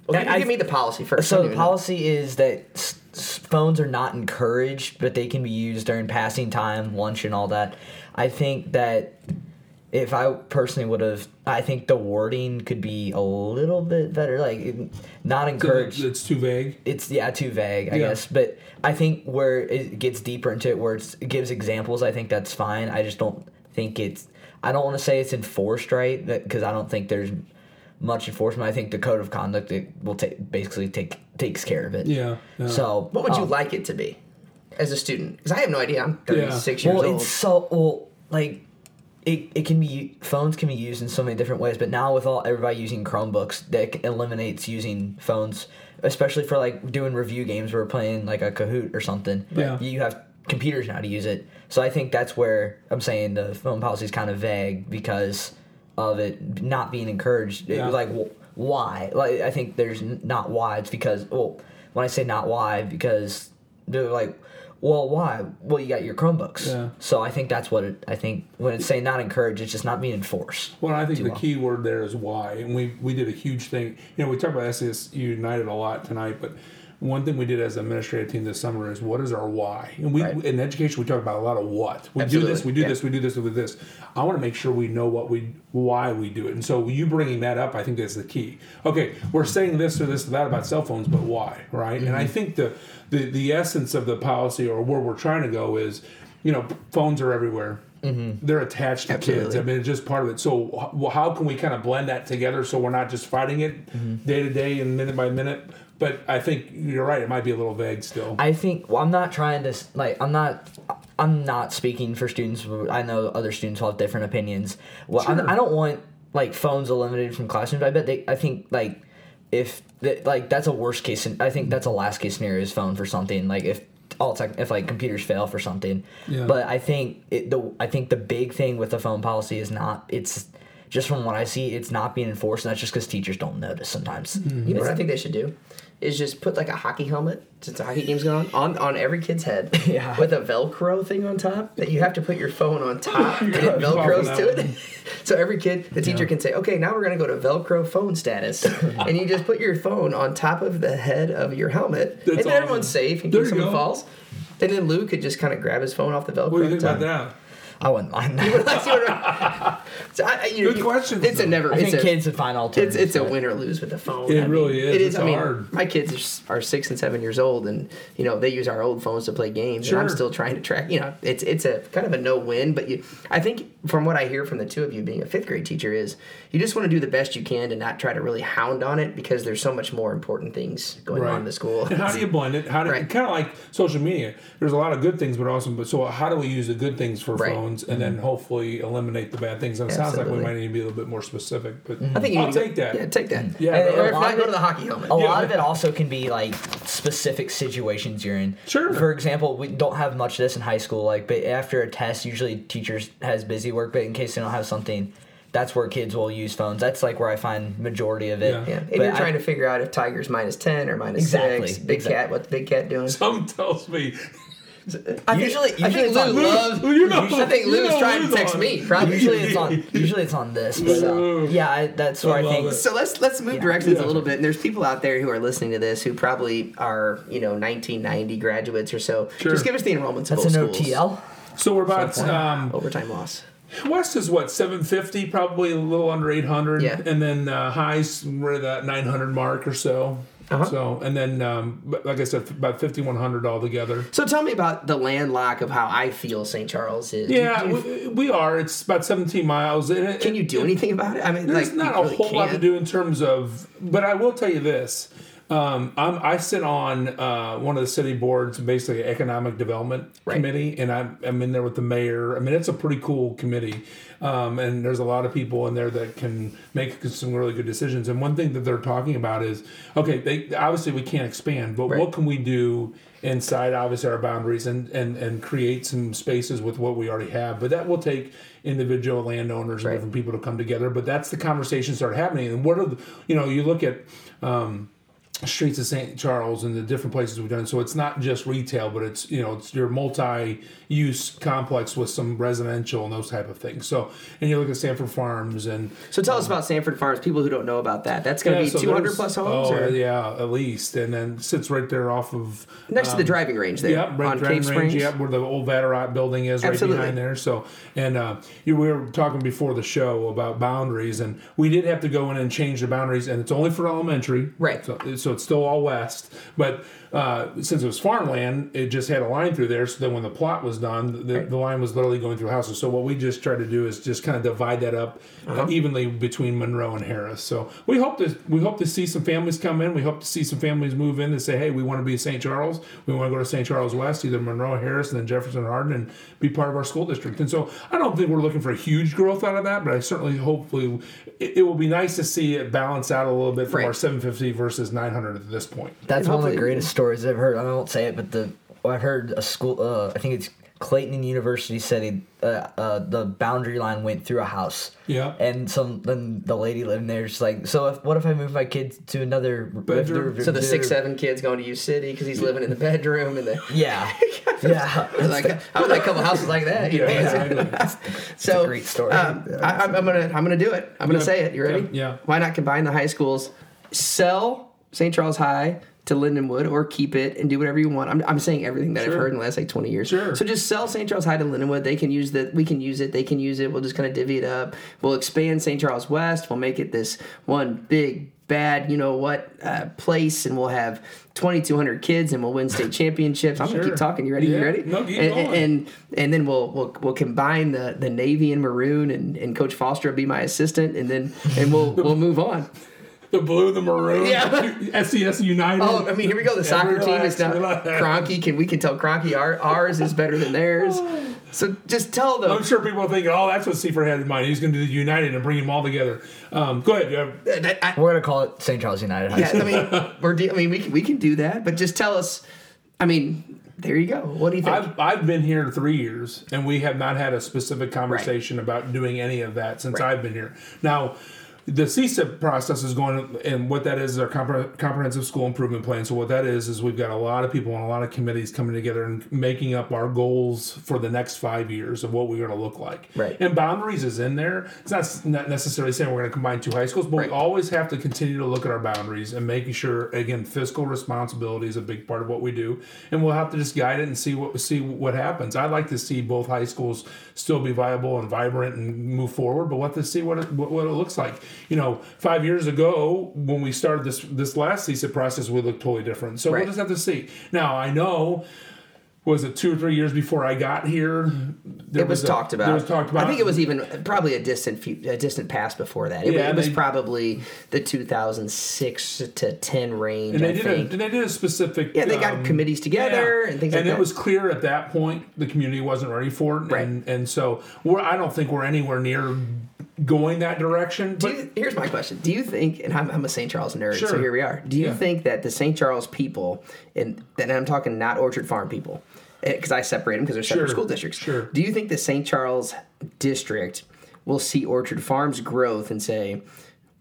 S2: Well,
S3: I-
S2: you, you
S3: I-
S2: give me the policy first.
S3: So
S2: I'm
S3: the
S2: doing
S3: policy is that s- s- phones are not encouraged, but they can be used during passing time, lunch, and all that. I think that if I personally would have, I think the wording could be a little bit better, like it- not encouraged.
S4: It's too vague.
S3: it's yeah, too vague, I
S4: Yeah.
S3: guess. But I think where it gets deeper into it, where it's, it gives examples, I think that's fine. I just don't think it's. I don't want to say it's enforced right, because I don't think there's much enforcement. I think the code of conduct it will take basically take takes care of it.
S4: Yeah, yeah.
S3: So
S2: What would you
S3: um,
S2: like it to be as a student? Because I have no idea. I'm
S4: Yeah.
S2: 36 years
S3: Well,
S2: old.
S3: it's so well like. It, it can be phones can be used in so many different ways, but now with all everybody using Chromebooks, that eliminates using phones, especially for like doing review games. where We're playing like a Kahoot or something.
S4: Yeah.
S3: you have computers now to use it. So I think that's where I'm saying the phone policy is kind of vague because of it not being encouraged. It-
S4: Yeah.
S3: like wh- why? Like I think there's n- not why. It's because well, when I say not why, because they're like, well, why? Well, you got your Chromebooks.
S4: Yeah.
S3: So I think that's what it, I think when it's saying not encouraged, it's just not being enforced.
S4: Well, I think the key word there is why, and we we did a huge thing. You know, we talked about SES United a lot tonight, but one thing we did as an administrative team this summer is what is our why? And we
S2: Right.
S4: in education we talk about a lot of what we do this,
S2: Absolutely,
S4: we do
S2: yeah.
S4: this, we do this, we do this. I want to make sure we know what we why we do it, and so you bringing that up, I think that's the key. Okay, we're saying this or this or that about cell phones, but why, right? And
S2: Mm-hmm.
S4: I think the, the the essence of the policy or where we're trying to go is, you know, phones are everywhere. They're attached to kids.
S2: Mm-hmm. Absolutely.
S4: I mean, it's just part of it. So, h- well, how can we kind of blend that together so we're not just fighting it
S2: Mm-hmm.
S4: day to day and minute by minute? But I think you're right. It might be a little vague still.
S3: I think well, I'm not trying to s- like I'm not I'm not speaking for students. I know other students will have different opinions. Well, I'm-
S4: Sure.
S3: I don't want like phones eliminated from classrooms. I bet they. I think like if that like that's a worst case. sc- I think that's a last case scenario is phone for something like if all tech if like computers fail for something.
S4: Yeah.
S3: But I think it, the I think the big thing with the phone policy is not it's. Just from what I see, it's not being enforced, and that's just because teachers don't notice sometimes.
S2: You know what I think they should do is just put like a hockey helmet since the hockey game's going on on, on every kid's head
S3: Yeah.
S2: with a Velcro thing on top that you have to put your phone on top and
S4: Yeah,
S2: it
S4: probably
S2: Velcros
S4: that
S2: to it.
S4: one.
S2: so every kid, the teacher can say, okay, now we're going to go to Velcro phone status. and you just put your phone on top of the head of your helmet. and
S4: That's
S2: then everyone's
S4: awesome.
S2: safe in
S4: There
S2: case
S4: you
S2: someone
S4: go.
S2: falls. And then Lou could just kind of grab his phone off the Velcro.
S4: what do you think about
S2: and-
S4: that?
S3: I wouldn't mind that.
S2: That's what I- so I- you know,
S4: Good
S2: you-
S4: questions,
S2: It's a
S4: though.
S2: never.
S3: I
S2: It's
S3: think
S2: a,
S3: kids would find alternatives.
S2: it's it's a
S3: but-
S2: win or lose with the phone.
S4: It really is.
S2: It is.
S4: It's
S2: I mean,
S4: hard.
S2: my kids are s- are six and seven years old, and you know they use our old phones to play games. And I'm
S4: Sure.
S2: still trying to track. You know, it's it's a kind of a no win. But you, I think from what I hear from the two of you, being a fifth grade teacher, is you just want to do the best you can to not try to really hound on it because there's so much more important things going on in the school.
S4: And how do you blend it? How do
S2: Right.
S4: kind of like social media? There's a lot of good things, but also, but so how do we use the good things for
S2: Right. Mm-hmm.
S4: phones and then hopefully eliminate the bad things? And it sounds like we
S2: Absolutely. Mm-hmm.
S4: might need to be a little bit more specific. But
S2: I think you
S4: I'll
S2: need to go-
S4: take that. Mm.
S2: Yeah, take that.
S4: Yeah.
S2: Or
S4: And
S3: a lot
S2: if not,
S3: of Oh,
S2: go
S3: it-
S2: to the hockey helmet.
S3: A
S4: Yeah.
S3: lot of it also can be like specific situations you're in.
S4: Sure.
S3: For example, we don't have much of this in high school. Like, but after a test, usually teachers has busy work. But in case they don't have something, that's where kids will use phones. That's like where I find majority of it.
S4: Yeah.
S2: Yeah, if
S3: But
S2: you're
S3: I-
S2: trying to figure out if Tiger's minus ten or minus
S3: Exactly,
S2: six, Big
S3: exactly.
S2: Cat, what's Big Cat doing?
S4: Some tells me
S2: I
S3: Usually-
S2: think- I
S3: usually
S2: think
S3: it's on
S2: Lou
S3: Lou.
S2: loves.
S4: You know-
S2: I think
S4: you
S2: Lou's
S4: know
S2: trying
S4: Lou's
S2: to text
S4: on.
S2: me. Probably.
S3: Usually it's on. Usually it's on this. But, uh,
S4: Ooh.
S3: yeah, I, that's where I,
S4: love
S3: think.
S4: it.
S2: So let's let's move directions
S4: Yeah.
S2: a little bit. And there's people out there who are listening to this who probably are you know 1990 graduates or so.
S4: Sure.
S2: Just give us the enrollments.
S3: That's
S2: of
S3: an
S2: both schools.
S3: OTL.
S4: so. We're about um,
S2: overtime loss.
S4: West is what 750, probably a little under 800,
S2: Yeah.
S4: and then uh, highs were that 900 mark or so.
S2: Uh-huh.
S4: So and then um, but like I said, about 5100 altogether.
S2: So tell me about the landlock of how I feel St. Charles is. Do you-
S4: Yeah,
S2: do you-
S4: we, we are. It's about 17 miles. And it,
S2: can you do anything about it? I mean,
S4: There's
S2: like,
S4: not
S2: you
S4: a
S2: really
S4: whole lot to
S2: can't.
S4: do in terms of, but I will tell you this. Um, I'm, I sit on uh, one of the city boards, basically economic development
S2: Right.
S4: committee, and I'm, I'm in there with the mayor. I mean, it's a pretty cool committee, um, and there's a lot of people in there that can make some really good decisions. And one thing that they're talking about is okay, they obviously we can't expand, but what can we do inside obviously our boundaries and, and and create some spaces with what we already have? But that will take individual landowners and different people to come together. But that's the conversation start happening. And what are the you know you look at. Um, streets of St. Charles and the different places we've done. So it's not just retail, but it's you know it's your multi-use complex with some residential and those type of things. So and you look at Sanford Farms and
S2: So tell us about Sanford Farms. People who don't know about that. That's going to
S4: Yeah,
S2: be
S4: so
S2: 200
S4: there's-
S2: plus homes.
S4: Oh
S2: or-
S4: yeah, at least. And then sits right there off of
S2: Next to the driving range there
S4: Um, Yep, right
S2: on
S4: Dragon
S2: Cave
S4: Range,
S2: Springs.
S4: Yep, where the old Vaderot building is,
S2: Absolutely.
S4: right behind there. So, and uh, you, we were talking before the show about boundaries, and we did have to go in and change the boundaries, and it's only for elementary,
S2: Right.
S4: So, so it's still all west, but uh, since it was farmland, it just had a line through there. So then when the plot was done, the, the line was literally going through houses. So what we just tried to do is just kind of divide that up
S2: Uh-huh.
S4: uh, evenly between Monroe and Harris. So we hope to we hope to see some families come in. We hope to see some families move in and say, hey, we want to be St. Charles. We want to go to St. Charles West, either Monroe, Harris, and then Jefferson, Hardin, and be part of our school district. And so I don't think we're looking for huge growth out of that, but I certainly hopefully it, it will be nice to see it balance out a little bit from
S2: Right.
S4: our 750 versus 900 at this point.
S3: That's one of
S2: And
S3: the
S2: hopefully-
S3: greatest stories I've heard. I won't say it, but the I've heard a school. Uh, I think it's Clayton University said uh, uh, the boundary line went through a house.
S4: Yeah.
S3: And some then the lady living there is like, so if, what if I move my kids to another
S4: Bedroom.
S2: So the six seven kid's going to U City because he's living in the bedroom and the
S3: Yeah. yeah.
S2: like I would like a couple houses like that. You know? so
S3: a great story.
S2: Um, I, I'm I'm gonna I'm gonna do it. I'm gonna
S4: Yeah.
S2: say it. You ready?
S4: Yeah. Yeah.
S2: Why not combine the high schools, sell St. Charles High to Lindenwood, or keep it and do whatever you want. I'm, I'm saying everything that I've
S4: Sure.
S2: heard in the last like 20 years.
S4: Sure.
S2: So just sell St. Charles High to Lindenwood. They can use that. We can use it. They can use it. We'll just kind of divvy it up. We'll expand St. Charles West. We'll make it this one big bad you know what uh, place and we'll have 2200 kids and we'll win state championships i'm gonna
S4: Sure.
S2: keep talking you ready
S4: Yeah.
S2: you ready
S4: No, keep
S2: and,
S4: going.
S2: and and and then we'll we'll, we'll combine the, the navy and maroon and, and coach foster will be my assistant and then and we'll we'll move on
S4: the blue, the maroon,
S2: Yeah.
S4: SES United.
S2: oh i mean here we go the soccer team
S4: Relax,
S2: is now
S4: relax.
S2: cronky can we can tell cronky our, ours is better than theirs so just tell them
S4: I'm sure people are thinking, oh, that's what Seifert had in mind. He's going to do the United and bring them all together. Um, go ahead. Uh,
S2: I- I-
S3: We're gonna call it St. Charles United High
S2: yeah,
S3: School.
S2: i mean we're de- i mean we can, we can do that but just tell us i mean there you go what do you think
S4: I've, I've been here three years, and we have not had a specific conversation about doing any of that since
S2: Right.
S4: I've been here. Now, the CSIP process is going, and what that is is our compre- comprehensive school improvement plan. So what that is is we've got a lot of people and a lot of committees coming together and making up our goals for the next five years of what we're going to look like.
S2: Right.
S4: And boundaries is in there. It's not, s- not necessarily saying we're going to combine two high schools, but
S2: Right.
S4: we always have to continue to look at our boundaries and making sure again fiscal responsibility is a big part of what we do, and we'll have to just guide it and see what see what happens. I'd like to see both high schools still be viable and vibrant and move forward, but we'll have to see what it, what, what it looks like. You know, five years ago when we started this this last CSIP process, we looked totally different. So
S2: Right.
S4: we'll just have to see. Now I know. Was it two or three years before I got here? There
S2: it was,
S4: a-
S2: talked about.
S4: There was talked about.
S2: I think it was even probably a distant few, a distant past before that. It,
S4: Yeah,
S2: was, it was
S4: they-
S2: probably the 2006 to 10 range.
S4: And
S2: I
S4: they did, a,
S2: think.
S4: and they did a specific. um,
S2: Yeah, they got committees together and things like
S4: And
S2: that.
S4: it was clear at that point the community wasn't ready for it,
S2: Right.
S4: and and so we're I don't think we're anywhere near going that direction.
S2: Do
S4: But
S2: you, here's my question: Do you think, and I'm, I'm a St. Charles nerd, so
S4: Sure.
S2: here we are. Do you
S4: Yeah.
S2: think that the St. Charles people, and and I'm talking not Orchard Farm people, because I separate them because they're separate
S4: Sure.
S2: school districts.
S4: Sure.
S2: Do you think the St. Charles district will see Orchard Farm's growth and say,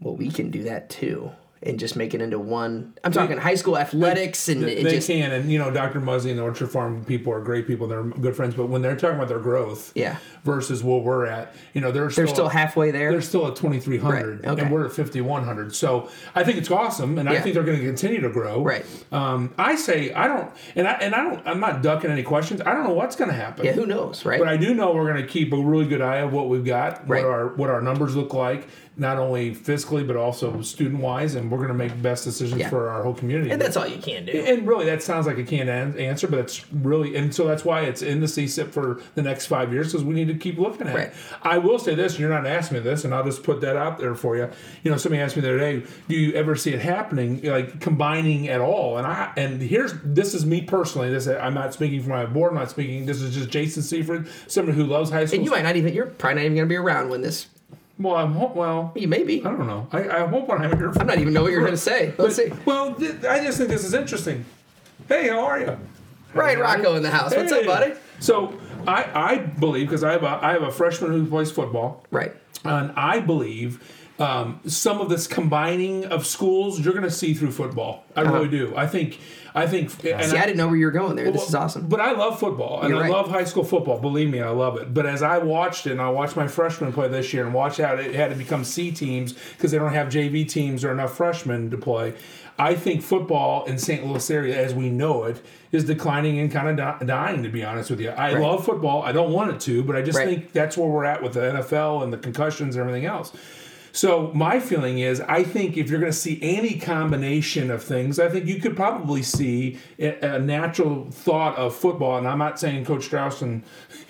S2: "Well, we can do that too," and just make it into one? I'm talking high school athletics and
S4: they,
S2: it
S4: they
S2: just
S4: can, and you know, Dr. Muzzy and the Orchard Farm people are great people. They're good friends, but when they're talking about their growth,
S2: Yeah.
S4: versus where we're at, you know, they're
S2: they're still halfway there.
S4: They're still at 2,300,
S2: Right, okay.
S4: and we're at 5,100. So I think it's awesome, and I
S2: Yeah.
S4: think they're going to continue to grow.
S2: Right.
S4: Um, I say I don't, and I and I don't. I'm not ducking any questions. I don't know what's going to happen.
S2: Yeah, who knows, right?
S4: But I do know we're going to keep a really good eye of what we've got,
S2: Right.
S4: what our what our numbers look like, not only fiscally but also student wise, and we're going to make best decisions
S2: Yeah.
S4: for our whole community.
S2: and that's all you can do.
S4: And really, that sounds like a canned an- answer, but it's really, and so that's why it's in the CSIP for the next five years because we need to keep looking at
S2: Right.
S4: it. I will say this, you're not asking me this, and I'll just put that out there for you. You know, somebody asked me the other day, do you ever see it happening, like combining at all? And I, and here's, this is me personally. This I'm not speaking for my board, I'm not speaking, this is just Jason Seaford, somebody who loves high school.
S2: And you might not even, you're probably not even going to be around when this,
S4: well, I'm, ho- well,
S2: you may be.
S4: I don't know. I, I hope when I'm here for
S2: I don't even know what you're going to say. Let's see.
S4: Well, th- I just think this is interesting. Hey, how are you?
S2: Right, Rocco in the house. What's up,
S4: Hey.
S2: buddy?
S4: So I, I believe because I have a I have a freshman who plays football,
S2: Right.
S4: and I believe um, some of this combining of schools you're going to see through football. I really do. I think I think and
S2: Uh-huh. See, I didn't know where you were going there. This is awesome.
S4: But I love football and
S2: You're
S4: I
S2: right.
S4: love high school football. Believe me, I love it. But as I watched it and I watched my freshmen play this year and watch how it had to become C teams because they don't have JV teams or enough freshmen to play. I think football in St. Louis area, as we know it, is declining and kind of di- dying. To be honest with you, I
S2: Right.
S4: love football. I don't want it to, but I just
S2: Right.
S4: think that's where we're at with the NFL and the concussions and everything else. So my feeling is, I think if you're going to see any combination of things, I think you could probably see a, a natural thought of football. And I'm not saying Coach Strausen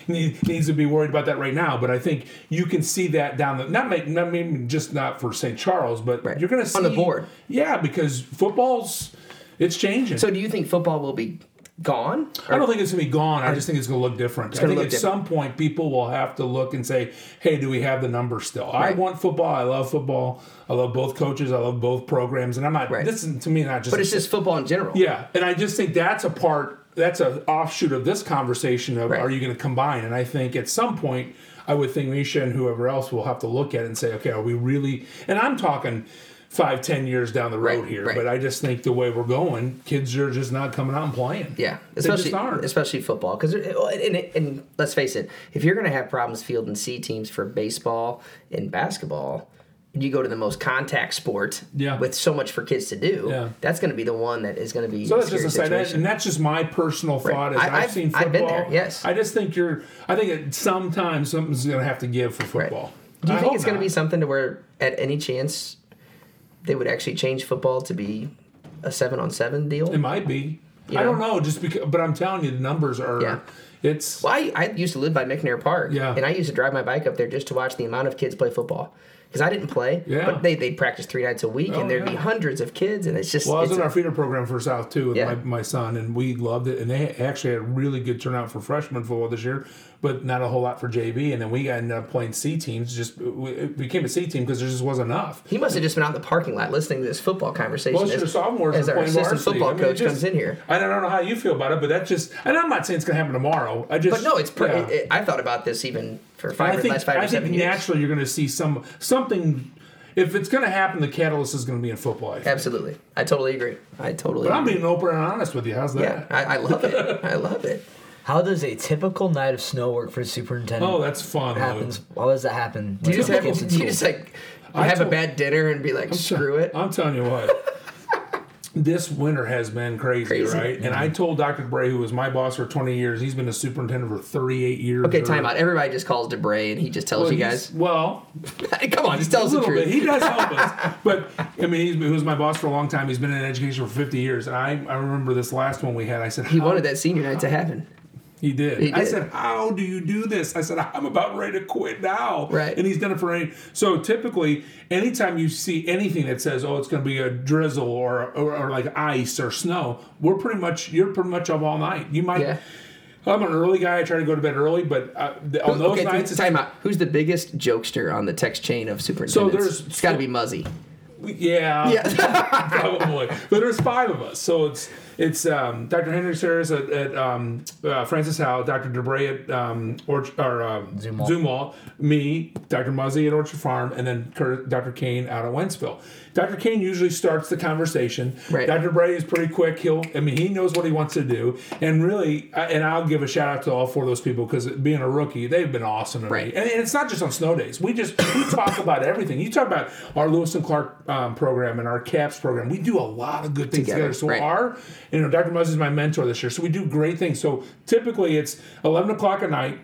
S4: need, needs to be worried about that right now, but I think you can see that down the not make not maybe just not for St. Charles, but
S2: Right.
S4: you're going to see
S2: On the board.
S4: Yeah, because football's it's changing.
S2: So do you think football will be gone?
S4: I don't think it's gonna be gone. I just think it's gonna look different. I
S2: gonna
S4: think at
S2: look different.
S4: some point people will have to look and say, "Hey, do we have the numbers still?" I
S2: Right.
S4: want football. I love football. I love both coaches. I love both programs. And I'm not.
S2: Right.
S4: This is to me not just.
S2: But it's just football in general.
S4: yeah, and I just think that's a part. That's an offshoot of this conversation of
S2: Right.
S4: are you going to combine? And I think at some point, I would think Misha and whoever else will have to look at it and say, okay, are we really? And I'm talking five, ten years down the road
S2: Right,
S4: here,
S2: right.
S4: but I just think the way we're going, kids are just not coming out and playing.
S2: Yeah,
S4: They just
S2: especially
S4: aren't.
S2: especially football because and, and, and let's face it, if you're going to have problems fielding C teams for baseball and basketball, you go to the most contact sport
S4: Yeah.
S2: with so much for kids to do.
S4: Yeah.
S2: That's going to be the one that is going to be
S4: So
S2: a
S4: that's just a
S2: serious
S4: side, that,
S2: situation.
S4: and that's just my personal thought. As
S2: I-
S4: I, have
S2: I've-
S4: seen football,
S2: I've been there, yes.
S4: I just think you're. I think at sometimes something's going to have to give for
S2: Right.
S4: football.
S2: Do you
S4: I
S2: think
S4: hope
S2: it's going to
S4: not.
S2: be something to where at any chance they would actually change football to be a seven on seven deal?
S4: It might be.
S2: You
S4: I
S2: know?
S4: don't know. Just because, but I'm telling you, the numbers are.
S2: Yeah.
S4: It's.
S2: Well, I, I used to live by McNair Park,
S4: Yeah.
S2: and I used to drive my bike up there just to watch the amount of kids play football. Because I didn't play,
S4: Yeah.
S2: but they they practice three nights a week,
S4: Oh,
S2: and there'd be
S4: yeah.
S2: hundreds of kids, and it's just
S4: Well, I was
S2: it's-
S4: in our feeder program for South too with
S2: Yeah.
S4: my, my son, and we loved it. And they actually had a really good turnout for freshman football this year, but not a whole lot for JV. And then we ended up playing C teams. Just it became a C team because there just wasn't enough.
S2: he must have just been out in the parking lot listening to this football conversation
S4: Most of your
S2: as,
S4: sophomores
S2: as
S4: are
S2: our
S4: playing
S2: assistant
S4: varsity.
S2: football
S4: I mean, it
S2: coach
S4: just-
S2: comes in here.
S4: I don't know how you feel about it, but that's just. And I'm not saying it's going to happen tomorrow. I just.
S2: But no, it's per-
S4: yeah.
S2: it, it- I thought about this even for five
S4: I
S2: or
S4: think,
S2: last five
S4: I
S2: or seven
S4: think
S2: years.
S4: naturally you're going to see some something. If it's going to happen, the catalyst is going to be in football. I think.
S2: Absolutely, I totally agree. I totally.
S4: But I'm
S2: agree.
S4: being open and honest with you. How's
S2: yeah,
S4: that?
S2: I, I love it. I love it.
S3: How does a typical night of snow work for a superintendent?
S4: Oh, that's fun.
S3: happens.
S4: Happens.
S3: How does that happen?
S2: Do you
S3: when
S2: just have
S3: kids in
S2: do you
S3: school?
S2: just like
S4: I
S2: have a
S4: told-
S2: bad dinner and be like screw it?
S4: I'm telling you what. This winter has been crazy,
S2: Crazy. Mm-hmm.
S4: right? And I told Dr. Bray, who was my boss for 20 years, he's been a superintendent for 38 years.
S2: Okay,
S4: or-
S2: time out. Everybody just calls Debray and he just tells
S4: Well,
S2: you
S4: he's-
S2: guys.
S4: Well,
S2: Come on, just tell us
S4: a
S2: the
S4: little
S2: truth.
S4: bit. He does help us. But I mean, he's, he was my boss for a long time. He's been in education for 50 years. And I, I remember this last one we had. I said,
S2: He
S4: "How-"
S2: wanted that senior night to happen.
S4: He did.
S2: He
S4: I
S2: did.
S4: said, how do you do this? I said, I'm about ready to quit now.
S2: Right.
S4: And he's done it for any. So typically, anytime you see anything that says, oh, it's going to be a drizzle or, or, or like ice or snow, we're pretty much, you're pretty much up all night. You might.
S2: Yeah.
S4: I'm an early guy. I try to go to bed early, but uh, on those
S2: okay,
S4: nights, it's
S2: time out. Who's the biggest jokester on the text chain of superintendents?
S4: there's-
S2: it's got to be Muzzy.
S4: Yeah, probably. But there's five of us, so it's it's um, Dr. Henry Saris at, at um, uh, Francis Howe, Dr. Debray at um, Orch- or um,
S3: Zumwalt.
S4: Zumwalt, me, Dr. Muzzy at Orchard Farm, and then Kurt, Dr. Kane out at Wentzville. Dr. Kane usually starts the conversation.
S2: Right.
S4: Dr. Debray is pretty quick. He'll, I mean, he knows what he wants to do, and really, I- and I'll give a shout out to all four of those people because being a rookie, they've been awesome to
S2: Right.
S4: me. And, and it's not just on snow days. We just we talk about everything. You talk about our Lewis and Clark um, program and our CAPS program. We do a lot of good things
S2: Together,
S4: together. So
S2: right.
S4: our, you know, Dr. Muzz is my mentor this year. So we do great things. So typically it's eleven o'clock at night.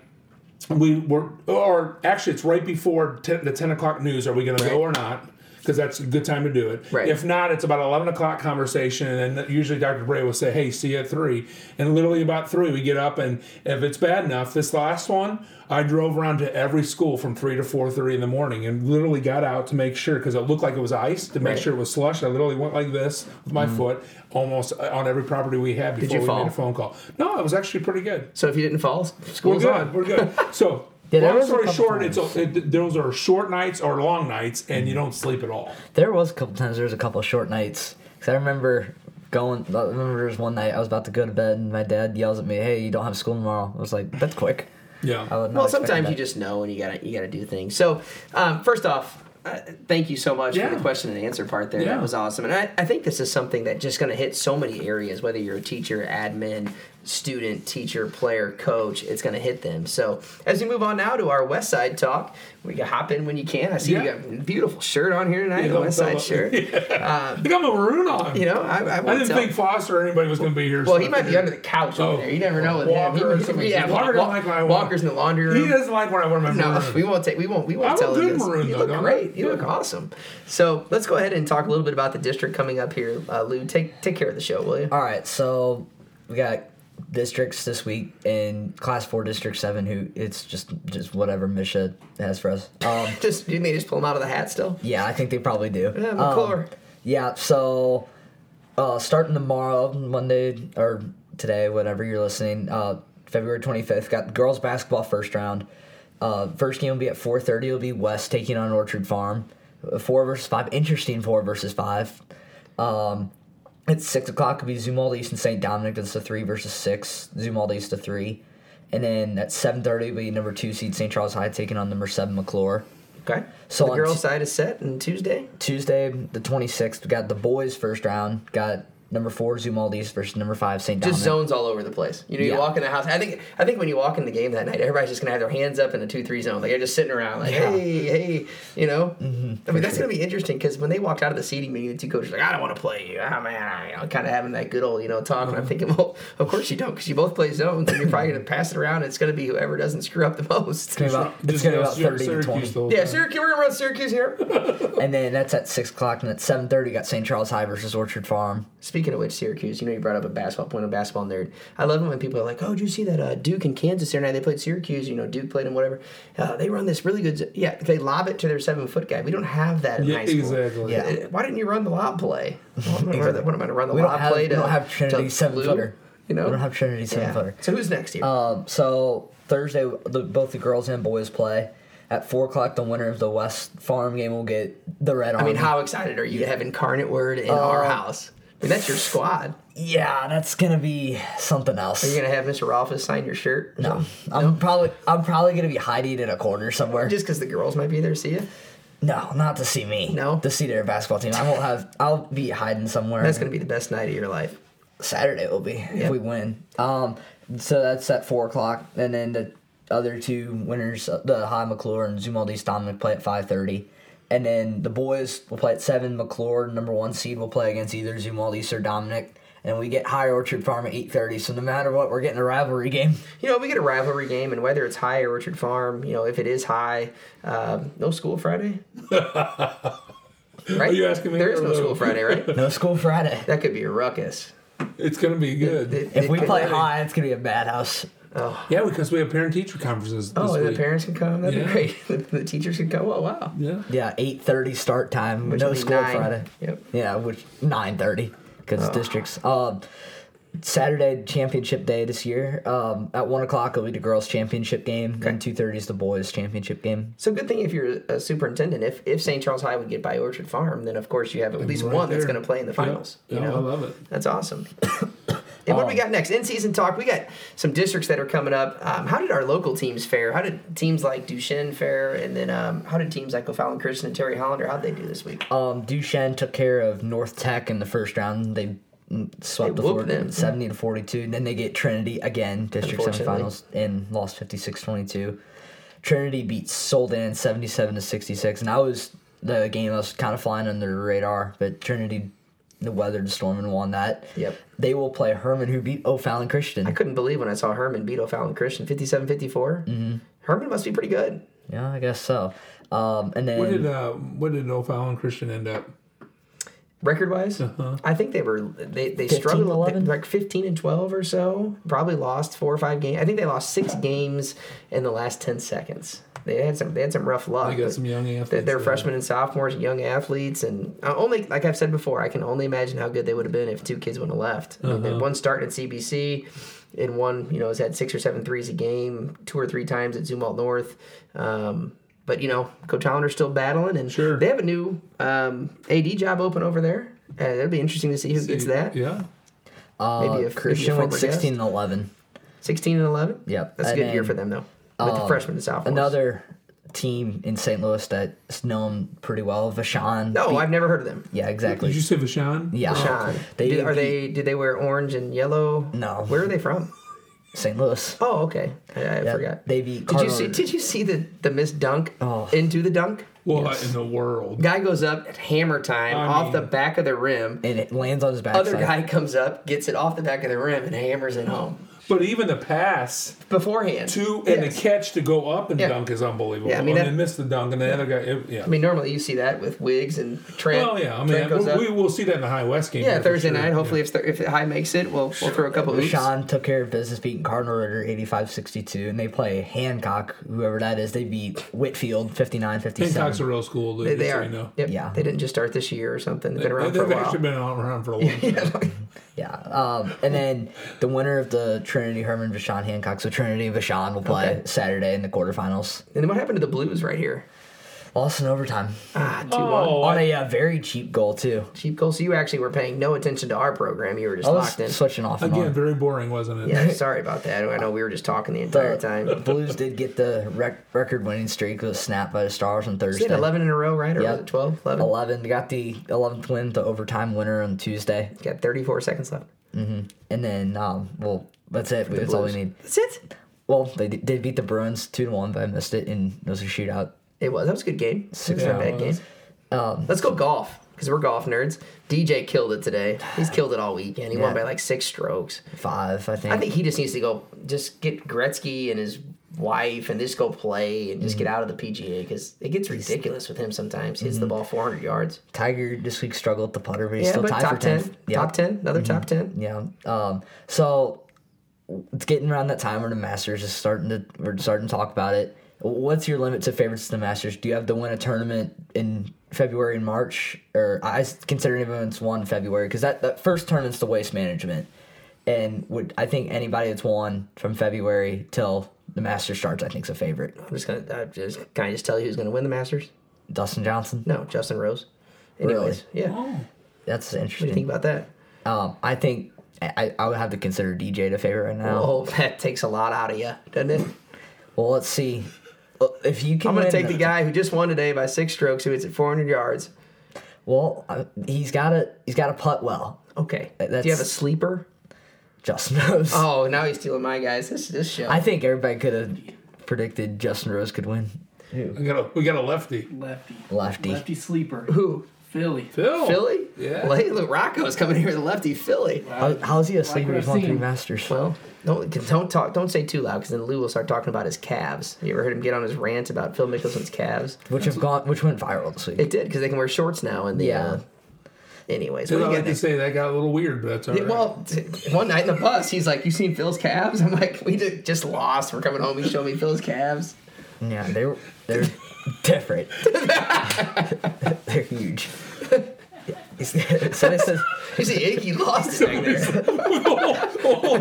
S4: We were, or actually, it's right before 10, the ten o'clock news. Are we going to go or not? because that's a good time to do it.
S2: Right.
S4: If not, it's about eleven o'clock conversation, and then usually Dr. Bray will say, "Hey, see you at 3. And literally about three, we get up, and if it's bad enough, this last one, I drove around to every school from three to four thirty in the morning, and literally got out to make sure because it looked like it was ice to make
S2: Right. Mm.
S4: sure it was slush. I literally went like this with my foot almost uh, on every property we had before
S2: you
S4: we
S2: fall?
S4: made a phone call. No, it was actually pretty good.
S2: So if you didn't fall,
S4: We're
S2: school's
S4: good.
S2: on.
S4: We're good. So.
S3: Yeah, there
S4: long
S3: was a
S4: story
S3: couple
S4: short, it's a, it, those are short nights or long nights, and
S2: Mm-hmm.
S4: you don't sleep at all.
S3: There was a couple times. There was a couple short nights. Cause I remember going. I remember there was one night I was about to go to bed, and my dad yells at me, "Hey, you don't have school tomorrow." I was like, "That's quick."
S4: Yeah.
S3: I would not
S2: Well,
S3: expect
S2: sometimes
S3: that.
S2: you just know, and you gotta you gotta do things. So, um, first off, uh, thank you so much for
S4: Yeah.
S2: the question and answer part there.
S4: Yeah.
S2: That was awesome, and I, I think this is something that's just gonna hit so many areas. Whether you're a teacher, admin, student, teacher, player, coach, it's gonna hit them. So, as we move on now to our West Side talk, we can hop in when you can. I see
S4: Yeah.
S2: you got a beautiful shirt on here tonight,
S4: Yeah,
S2: a West
S4: I'm
S2: Side
S4: so-
S2: shirt.
S4: I got my maroon on.
S2: You know, I, I,
S4: I
S2: won't
S4: didn't
S2: tell-
S4: think Foster or anybody was going to be here.
S2: Well,
S4: so
S2: he
S4: I
S2: might be
S4: figured-
S2: under the couch over
S4: Oh,
S2: there. You never know with
S4: Walker or
S2: him. He-
S4: something.
S2: yeah,
S4: Walker doesn't
S2: Wa-
S4: like my walk.
S2: Walker's in the laundry room.
S4: He doesn't like when I wear my
S2: No,
S4: maroon.
S2: we won't take. We won't. We won't
S4: I
S2: tell
S4: look
S2: him
S4: good
S2: this.
S4: maroon,
S2: you
S4: though,
S2: look
S4: don't I?
S2: great. You look
S4: Yeah.
S2: awesome. So let's go ahead and talk a little bit about the district coming up here. Uh, Lou, take take care of the show, will you?
S3: All right, so we got districts this week in Class Four, District Seven. Who it's just just whatever Misha has for us. Um,
S2: Just you may just pull him out of the hat still.
S3: yeah, I think they probably do.
S2: Yeah,
S3: Um,
S2: McClure.
S3: yeah, so uh, starting tomorrow, Monday or today, whatever you're listening, uh, February 25th, got girls basketball first round. Uh, first game will be at 4:30. It'll be West taking on Orchard Farm. Uh, Four versus five, interesting. Four versus five. Um, at six o'clock it'll be Zumwalt East and St. Dominic. That's the three versus six. Zumwalt East to three, and then at 7:30 it'll be number two seed St. Charles High taking on number seven McClure.
S2: Okay.
S3: So
S2: So the
S3: on
S2: girls'
S3: t-
S2: side is set, and Tuesday.
S3: Tuesday, the 26th, we got the boys' first round. Got number four, Zumaldis versus number five, St. Dominic.
S2: Just zones all over the place. You know, you
S3: Yeah.
S2: walk in the house. I think I think when you walk in the game that night, everybody's just gonna have their hands up in a two-three zone. Like they're just sitting around, like
S3: Yeah. Mm-hmm.
S2: hey, hey, you know. I mean, that's gonna be interesting because when they walked out of the seating meeting, the two coaches were like, I don't want to play you. Ah, man, I, you know, kind of having that good old you know talk. And
S3: Mm-hmm.
S2: I'm thinking, well, of course you don't, because you both play zones, and you're probably gonna pass it around. And it's gonna be whoever doesn't screw up the most.
S3: It's gonna be about, it's gonna be about 30 to 20.
S2: Yeah, Syracuse. We're gonna run Syracuse here.
S3: And then that's at 6 o'clock, and at 7.30, got St. Charles High versus Orchard Farm.
S2: Speaking of which, Syracuse, you know, you brought up a basketball point, a basketball nerd. I love it when people are like, oh, did you see that uh, Duke and Kansas the other night? They played Syracuse, you know, Duke played them, whatever. Uh, they run this really good. z- Yeah, they lob it to their seven foot guy. We don't have that in
S4: Yeah,
S2: high school.
S4: exactly.
S3: Yeah.
S2: Uh, Why didn't you run the lob play? Well, I'm gonna run the- What am I going to run the
S3: We don't
S2: lob
S3: have-
S2: play
S3: we
S2: to?
S3: don't have
S2: to
S3: Trinity seven
S2: Lou?
S3: footer.
S2: You know?
S3: We don't have Trinity seven footer.
S2: So who's next here?
S3: Um, so Thursday, the, both the girls and boys play. At 4 o'clock, the winner of the West Farm game will get the Red
S2: I
S3: Army.
S2: mean, how excited are you to have Incarnate Word in our
S3: Uh,
S2: house? I mean, that's your squad.
S3: Yeah, that's going to be something else.
S2: You're going to have Mr. Rolfus sign your shirt?
S3: no, I'm probably I'm probably gonna be hiding in a corner somewhere.
S2: Just because the girls might be there, see you?
S3: No, not to see me.
S2: No?
S3: to see their basketball team. I won't have. I'll be hiding somewhere.
S2: That's going to be the best night of your life.
S3: Saturday will be
S2: Yeah.
S3: if we win. Um, so that's at four o'clock, and then the other two winners, uh, the High McClure and Zumaldis Dominic, play at five thirty, and then the boys will play at seven. McClure, number one seed, will play against either Zumaldis or Dominic, and we get High Orchard Farm at eight thirty. So no matter what, we're getting a rivalry game.
S2: You know, we get a rivalry game, and whether it's high or Richard Farm, you know, if it is high, um, no school Friday. right?
S4: Are you asking me
S2: There is
S4: or
S2: no
S4: Lou?
S2: school Friday, right?
S3: No school Friday.
S2: That could be a ruckus.
S4: It's going to be good.
S3: If we
S2: could-
S3: play High, it's gonna be a madhouse.
S4: Yeah, because we have parent teacher conferences this
S2: oh, and the
S4: week.
S2: parents can come. That'd be
S4: Yeah.
S2: great. The, the teachers can come. Oh, wow.
S4: yeah.
S3: Yeah, eight thirty start time.
S2: Which
S3: no
S2: would be
S3: school
S2: nine.
S3: Friday.
S2: Yep. Oh.
S3: Yeah, which nine thirty because districts. Um, Saturday championship day this year. Um, at one o'clock it'll be the girls championship game, and two thirty is the boys championship game.
S2: So good thing if you're a superintendent. If if St. Charles High would get by Orchard Farm, then of course you have at least
S4: Right
S2: one that's
S4: there.
S2: going to play in the
S4: Yeah.
S2: finals.
S4: Yeah,
S2: You know?
S4: I love it. Oh.
S2: That's awesome. and what do we got next? In season talk. We got some districts that are coming up. Um, how did our local teams fare? How did teams like Duchenne fare? And then um, how did teams like O'Fallon Christian and Terry Hollander? How'd they do this week?
S3: Um, Duchenne took care of North Tech in the first round. They mm, swept
S2: They
S3: the
S2: whooped them.
S3: Florida seventy to forty two. Then they get Trinity again, district
S2: Unfortunately.
S3: semifinals, and lost 56-22. Trinity beat Soldan seventy seven to sixty six, and I was the game I was kind of flying under the radar, but Trinity. The weathered the storm and won that.
S2: Yep.
S3: They will play Herman, who beat O'Fallon Christian.
S2: I couldn't believe when I
S4: Mm-hmm.
S2: saw Herman beat O'Fallon Christian 57 54. Herman must be pretty good.
S3: Yeah, I guess so. Um, and then
S4: What did uh, what did O'Fallon Christian end up?
S2: Record wise,
S4: Uh-huh.
S2: I think they were they they
S3: 15,
S2: struggled
S3: 11?
S2: like fifteen and twelve or so. Probably lost four or five games. I think they lost six games in the last ten seconds. They had some they had some rough luck.
S4: They got
S2: but
S4: some young athletes.
S2: They're, they're
S4: there.
S2: freshmen and sophomores, young athletes, and uh, only like I've said before, I can only imagine how good they would have been if two kids would have left. I mean, they-
S4: Uh-huh.
S2: one started at CBC, and one you know has had six or seven threes a game, two or three times at Zumwalt North. Um, but you know, Coach Hollander's still battling, and
S4: Sure.
S2: they have a new um, AD job open over there. Uh, it'll be interesting to see who gets that.
S4: Yeah.
S3: uh,
S2: maybe a- maybe a
S3: Christian went
S2: former
S3: 16 and 11.
S2: Sixteen and eleven.
S3: Yep.
S2: that's a
S3: And
S2: good year
S3: then,
S2: for them though. With the freshmen and sophomores.
S3: Another team in St. Louis that's known pretty well, Vashon.
S2: No,
S3: beat-
S2: I've never heard of them.
S3: yeah, exactly.
S4: Did you say Vashon?
S3: yeah,
S2: Sean,
S3: they
S2: do, are
S3: beat
S2: they? Do they wear orange and yellow?
S3: No.
S2: Where are they from?
S3: St. Louis.
S2: Oh, okay. I, I
S3: Yeah,
S2: forgot.
S3: they beat
S2: Did you see?
S3: Cardinal-
S2: Did you see the the missed dunk
S3: Oh.
S2: into the dunk?
S4: What in the world?
S2: Guy goes up at hammer time
S4: I
S2: off
S4: mean-
S2: the back of the rim.
S3: and it lands on his backside.
S2: Other guy comes up, gets it off the back of the rim, and hammers it home
S4: But even the pass
S2: beforehand.
S4: to and
S2: Yes.
S4: the catch to go up and
S2: Yeah.
S4: dunk is unbelievable.
S2: Yeah, I mean,
S4: and
S2: that-
S4: they missed the dunk, and the other guy. It, yeah.
S2: I mean, normally you see that with Wigs and Trent.
S4: well, yeah. I
S2: Trent goes
S4: mean,
S2: up.
S4: we, we will see that in the High West game.
S2: yeah,
S4: here for
S2: Thursday
S4: sure.
S2: night. Hopefully, if if if High makes it, we'll we'll throw a couple oops.
S3: Sean took care of business, beating Cardinal Ritter 85 62, and they play Hancock, whoever that is. They beat Whitfield 59
S4: Yeah. Hancock's a
S3: 57.
S4: real school. Dude,
S2: They,
S4: just
S2: they
S4: so
S2: are.
S4: You know.
S2: Yep.
S3: Yeah.
S2: They didn't just start this year or something. They've been around
S4: They,
S2: for
S4: have
S2: a while.
S4: actually been around for a long time.
S3: Yeah. Um, and then the winner of the Trinity Herman Vashon Hancock, so Trinity Vashon will play
S2: Okay.
S3: Saturday in the quarterfinals.
S2: And then what happened to the Blues right here?
S3: Lost in overtime
S2: Ah, two one.
S4: Oh,
S3: on
S4: I-
S3: a uh, very cheap goal, too.
S2: Cheap goal. So you actually were paying no attention to our program. You were just
S3: I was
S2: locked in.
S3: switching off and
S4: again,
S3: on.
S4: very boring, wasn't it?
S2: Yeah, sorry about that. I know we were just talking the entire
S3: The
S2: time.
S3: Blues did get the rec- record winning streak that was snapped by the Stars on
S2: They
S3: Thursday.
S2: had 11 in a row, right? Or
S3: Yep. Oh.
S2: was it 12? 11?
S3: 11. They got the 11th win, the overtime winner on Tuesday.
S2: Got 34 seconds left.
S3: And then, um, well, that's it. that's all we
S2: Blues.
S3: need.
S2: That's it.
S3: Well, they d- did beat the Bruins 2 to 1, but I missed it, and it was a shootout.
S2: It was. That was a good game. Six not a
S4: Yeah,
S2: bad
S4: it
S2: game.
S4: was.
S2: Let's go golf because we're golf nerds. DJ killed it today. He's killed it all weekend. He won by like six strokes.
S3: Five, I think.
S2: I think he just needs to go, just get Gretzky and his wife and just go play and just get out of the PGA because it gets ridiculous with him sometimes. He hits the ball 400 yards.
S3: Tiger this week struggled at the putter, but he's
S2: Yeah,
S3: still
S2: but
S3: tied
S2: top
S3: for
S2: 10.
S3: 10th. Yeah. Mm-hmm.
S2: Top 10. Another top 10.
S3: Yeah. Um, so it's getting around that time where the Masters is starting to, we're starting to talk about it. What's your limit to favorites to the Masters? Do you have to win a tournament in February and March? Or I s- consider everyone's won in February because that, that first tournament's the waste management. And would I think anybody that's won from February till the Masters starts, I think, is a favorite.
S2: I'm just gonna I'm just can I just tell you who's gonna win the Masters?
S3: Dustin Johnson.
S2: No, Justin Rose.
S3: Really? Oh.
S2: Anyways, yeah. What
S3: That's
S2: do you think
S3: interesting.
S2: about that?
S3: Um, I think I, I would have to consider DJ the favorite right now.
S2: Oh, that takes a lot out of you, doesn't it?
S3: Well, let's see. Well, If you can,
S2: I'm gonna
S3: win
S2: take the guy who just won today by six strokes, who hits at 400 yards.
S3: Well, uh, he's got to he's got to putt well.
S2: Okay.
S3: Uh, That's-
S2: Do you have a sleeper?
S3: Justin Rose.
S2: Oh, now he's stealing my guys. This this show.
S3: I think everybody could have predicted Justin Rose could win.
S4: We got a we got a lefty.
S5: Lefty.
S3: Lefty.
S5: Lefty sleeper.
S2: who?
S5: Philly.
S4: Phil.
S2: Philly?
S4: Yeah.
S2: Well, hey, look, Rocco's coming here with a lefty Philly.
S3: How, how's he a sleeper?
S5: what
S3: He's
S5: I've
S3: won
S5: seen.
S3: three Masters.
S2: Well, don't don't talk don't say too loud because then Lou will start talking about his calves. You ever heard him get on his rant about Phil Mickelson's calves?
S3: which have gone, which went viral this week.
S2: It did because they can wear shorts now. And the
S3: Yeah.
S2: uh, anyways,
S4: I
S2: what do you got
S4: like to
S2: next?
S4: say that got a little weird, but that's all
S2: Yeah,
S4: right.
S2: Well, t- one night in the bus, he's like, "You seen Phil's calves?" I'm like, "We ju- just lost. We're coming home. He showed me Phil's calves."
S3: Yeah, they were they're different. they're huge. so this is
S2: You see, Iggy lost it back there.
S4: the, whole, the whole-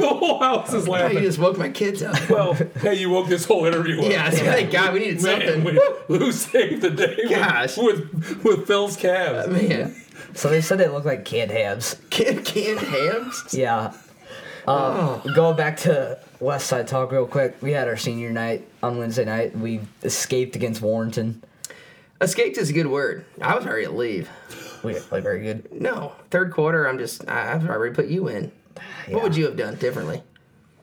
S4: the whole house is
S2: Hey, You
S4: laughing.
S2: just woke my kids up.
S4: Well, hey, you woke this whole interview up.
S2: Yeah, so thank God we needed
S4: Man,
S2: something.
S4: we, Lou saved the day with-
S2: Gosh.
S4: with with Phil's calves.
S2: Man,
S3: so they said they look like canned hams.
S2: kid canned hams.
S3: Yeah. Um, Going back to West Side Talk real quick, we had our senior night on Wednesday night. We escaped against Warrenton.
S2: Escaped is a good word. I was ready to leave.
S3: We didn't play very good.
S2: No, third quarter. I'm just. I, I've already put you in. What would you have done differently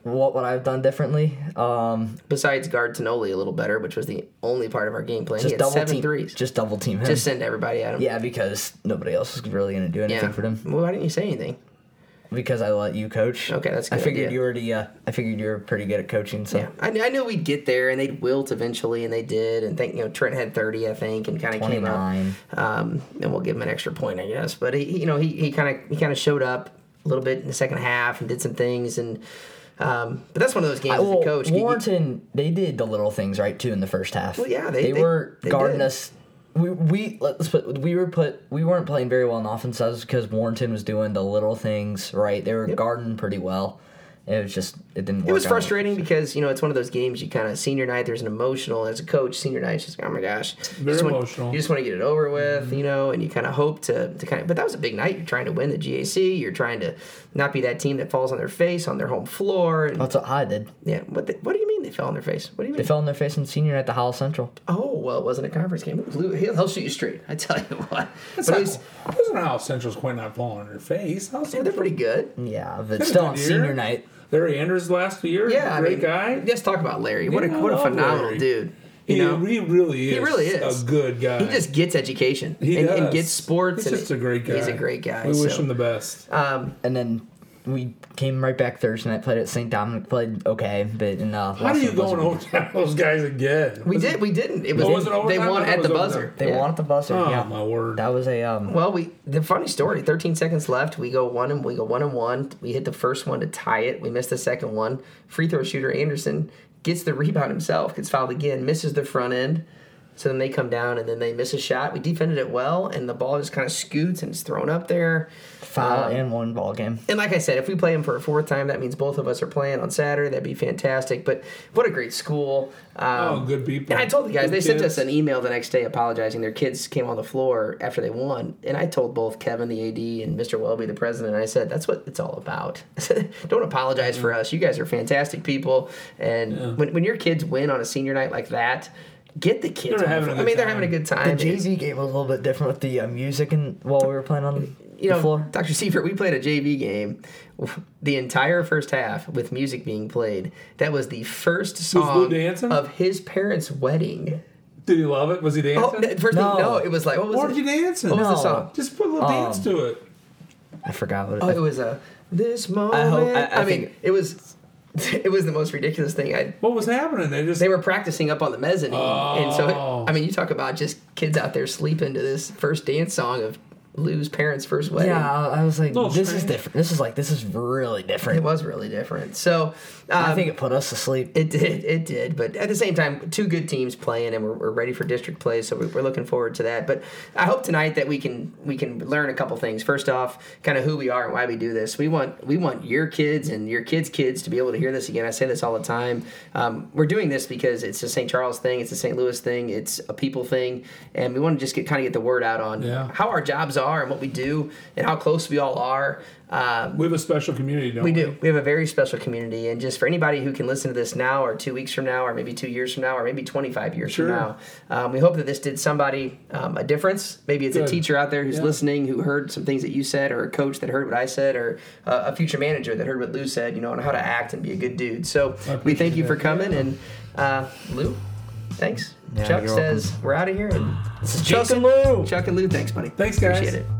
S3: What would I have done differently? Um,
S2: besides guard Tenoli a little better, which was the only part of our game plan?
S3: just
S2: he had
S3: double
S2: seven
S3: team.
S2: threes. Just,
S3: Just double team him.
S2: send everybody at him.
S3: yeah, because nobody else was really going to do anything
S2: Yeah.
S3: for them.
S2: Well, why didn't you say anything?
S3: because I let you coach.
S2: Okay, that's a
S3: I
S2: good
S3: figured
S2: idea.
S3: you already. Uh, I figured you were pretty good at coaching. So
S2: Yeah, I, kn- I knew we'd get there, and they'd wilt eventually, and they did. And think you know Trent had thirty, I think, and kind of came out.
S3: 29.
S2: Um, and we'll give him an extra point, I guess. But he, he- you know, he he kind of he kind of showed up a little bit in the second half and did some things. And um, but that's one of those games as
S3: well,
S2: a coach. you- you-
S3: Warrenton, they did the little things right too in the first half.
S2: Well, yeah, they- they-
S3: were
S2: they
S3: guarding
S2: did.
S3: us. We, we let's put we were put we weren't playing very well on offense. That was because Warrenton was doing the little things right. They were guarding pretty well. It was just it didn't. work
S2: It was
S3: out.
S2: frustrating because you know it's one of those games you kind of senior night. There's an emotional as a coach. Senior night, it's just oh my gosh, You just want-
S4: emotional. Mm-hmm.
S2: you just want to get it over with, you know, and you kind of hope to, to kind of. But that was a big night. You're trying to win the GAC. You're trying to not be that team that falls on their face on their home floor. And,
S3: That's what I did.
S2: yeah, what the, what do you mean they fell on their face? What do you
S3: They
S2: mean?
S3: fell on their face in senior at the Howell Central.
S2: oh well, it wasn't a conference game. It was Lou- he'll, he'll shoot you straight. I tell you what. but
S4: That's not,
S2: it was,
S4: cool. That's not how Central's quite not falling on their face. How
S2: yeah, they're pretty good.
S3: Yeah, but still on
S4: good year.
S3: senior night.
S4: Larry Anders last year.
S2: Yeah, I
S4: great
S2: mean,
S4: guy.
S2: Just talk about Larry. What a
S4: Yeah, I
S2: what a
S4: love
S2: phenomenal
S4: Larry.
S2: dude. You
S4: He,
S2: know,
S4: he really is.
S2: He really is
S4: a good guy.
S2: He just gets education.
S4: He
S2: and,
S4: does.
S2: and gets sports.
S4: He's
S2: and
S4: just a great guy.
S2: He's a great guy.
S4: We wish
S2: so.
S4: him the best.
S2: Um,
S3: and then we came right back Thursday night. Played at St. Dominic. Played okay, but in the
S4: How do you go and overtime those guys again?
S2: we did. We didn't. It was.
S4: Oh, was it
S2: they
S4: overtime?
S2: won
S4: I thought
S2: at
S4: it
S2: the
S4: was
S2: buzzer.
S4: overtime.
S3: They
S2: Yeah.
S3: wanted the buzzer.
S4: Oh
S3: yeah,
S4: my word!
S3: that was a um.
S2: Well, we the funny story. Thirteen seconds left. We go one and we go one and one. We hit the first one to tie it. We missed the second one. Free throw shooter Anderson gets the rebound himself. Gets fouled again. Misses the front end. So then they come down and then they miss a shot. We defended it well, and the ball just kind of scoots and it's thrown up there.
S3: foul and one ball game.
S2: And like I said, if we play him for a fourth time, that means both of us are playing on Saturday. That'd be fantastic. But what a great school! Um,
S4: oh, good people.
S2: And I told the guys,
S4: Good
S2: they sent us
S4: kids.
S2: an email the next day apologizing. Their kids came on the floor after they won. And I told both Kevin, the AD, and Mr. Welby, the president, I said, that's what it's all about. I said, Don't apologize for us. You guys are fantastic people. And when, when your kids win on a senior night like that, get the kids. on
S4: They're
S2: the
S4: having a
S2: floor. I
S4: good
S2: mean, they're
S4: time.
S2: having a good
S3: The
S2: time.
S3: Jay Z game was a little bit different with the uh, music and while we were playing on
S2: you
S3: the
S2: know,
S3: floor.
S2: Dr. Seifert, we played a JV game the entire first half with music being played. That was the first
S4: Lou
S2: song
S4: dancing?
S2: of his parents' wedding.
S4: Did he love it? Was he dancing?
S2: e- Oh, no, first no.
S3: No.
S2: Thing, no, it was like, what was
S4: Why
S2: it?
S4: were you dancing?
S2: What was the
S3: No.
S2: song? Um,
S4: Just put a little dance to it.
S3: I forgot what it
S2: Oh, it
S3: was.
S2: was a this moment. I,
S3: I hope- I- I
S2: mean,
S3: think-
S2: it was it was the most ridiculous thing. I
S4: What was happening? They just
S2: they were practicing up on the mezzanine, and so
S4: Oh.
S2: I mean, you talk about just kids out there sleeping to this first dance song of Lou's parents' first wedding.
S3: Yeah, I I was like,
S4: Little
S3: this is
S4: strange.
S3: different. This is like, this is really
S2: It
S3: different.
S2: was really different. So um,
S3: I think it put us to sleep.
S2: It did, it did. But at the same time, two good teams playing, and we're, we're ready for district play, so we- we're looking forward to that. But I hope tonight that we can we can learn a couple things. First off, kind of who we are and why we do this. We want we want your kids and your kids' kids to be able to hear this again. I say this all the time. Um, we're doing this because it's a St. Charles thing, it's a St. Louis thing, it's a people thing, and we want to just get kind of get the word out on
S4: Yeah.
S2: how our jobs are and what we do and how close we all are. Um,
S4: we have a special community, don't we?
S2: we do. We have a very special community, and just for anybody who can listen to this now, or two weeks from now, or maybe two years from now, or maybe 25 years
S4: Sure.
S2: from now, um, we hope that this did somebody um, a difference. Maybe it's
S4: Good.
S2: a teacher out there who's
S4: Yeah.
S2: listening who heard some things that you said, or a coach that heard what I said, or uh, a future manager that heard what Lou said. You know, on how to act and be a good dude. So we
S4: appreciate
S2: thank you for
S4: that.
S2: coming, and uh, Lou, thanks.
S3: Yeah,
S2: Chuck
S3: you're
S2: says we're out of here. and
S3: This is Chuck and Lou.
S2: Chuck and Lou, thanks, buddy.
S4: Thanks, guys.
S2: Appreciate it.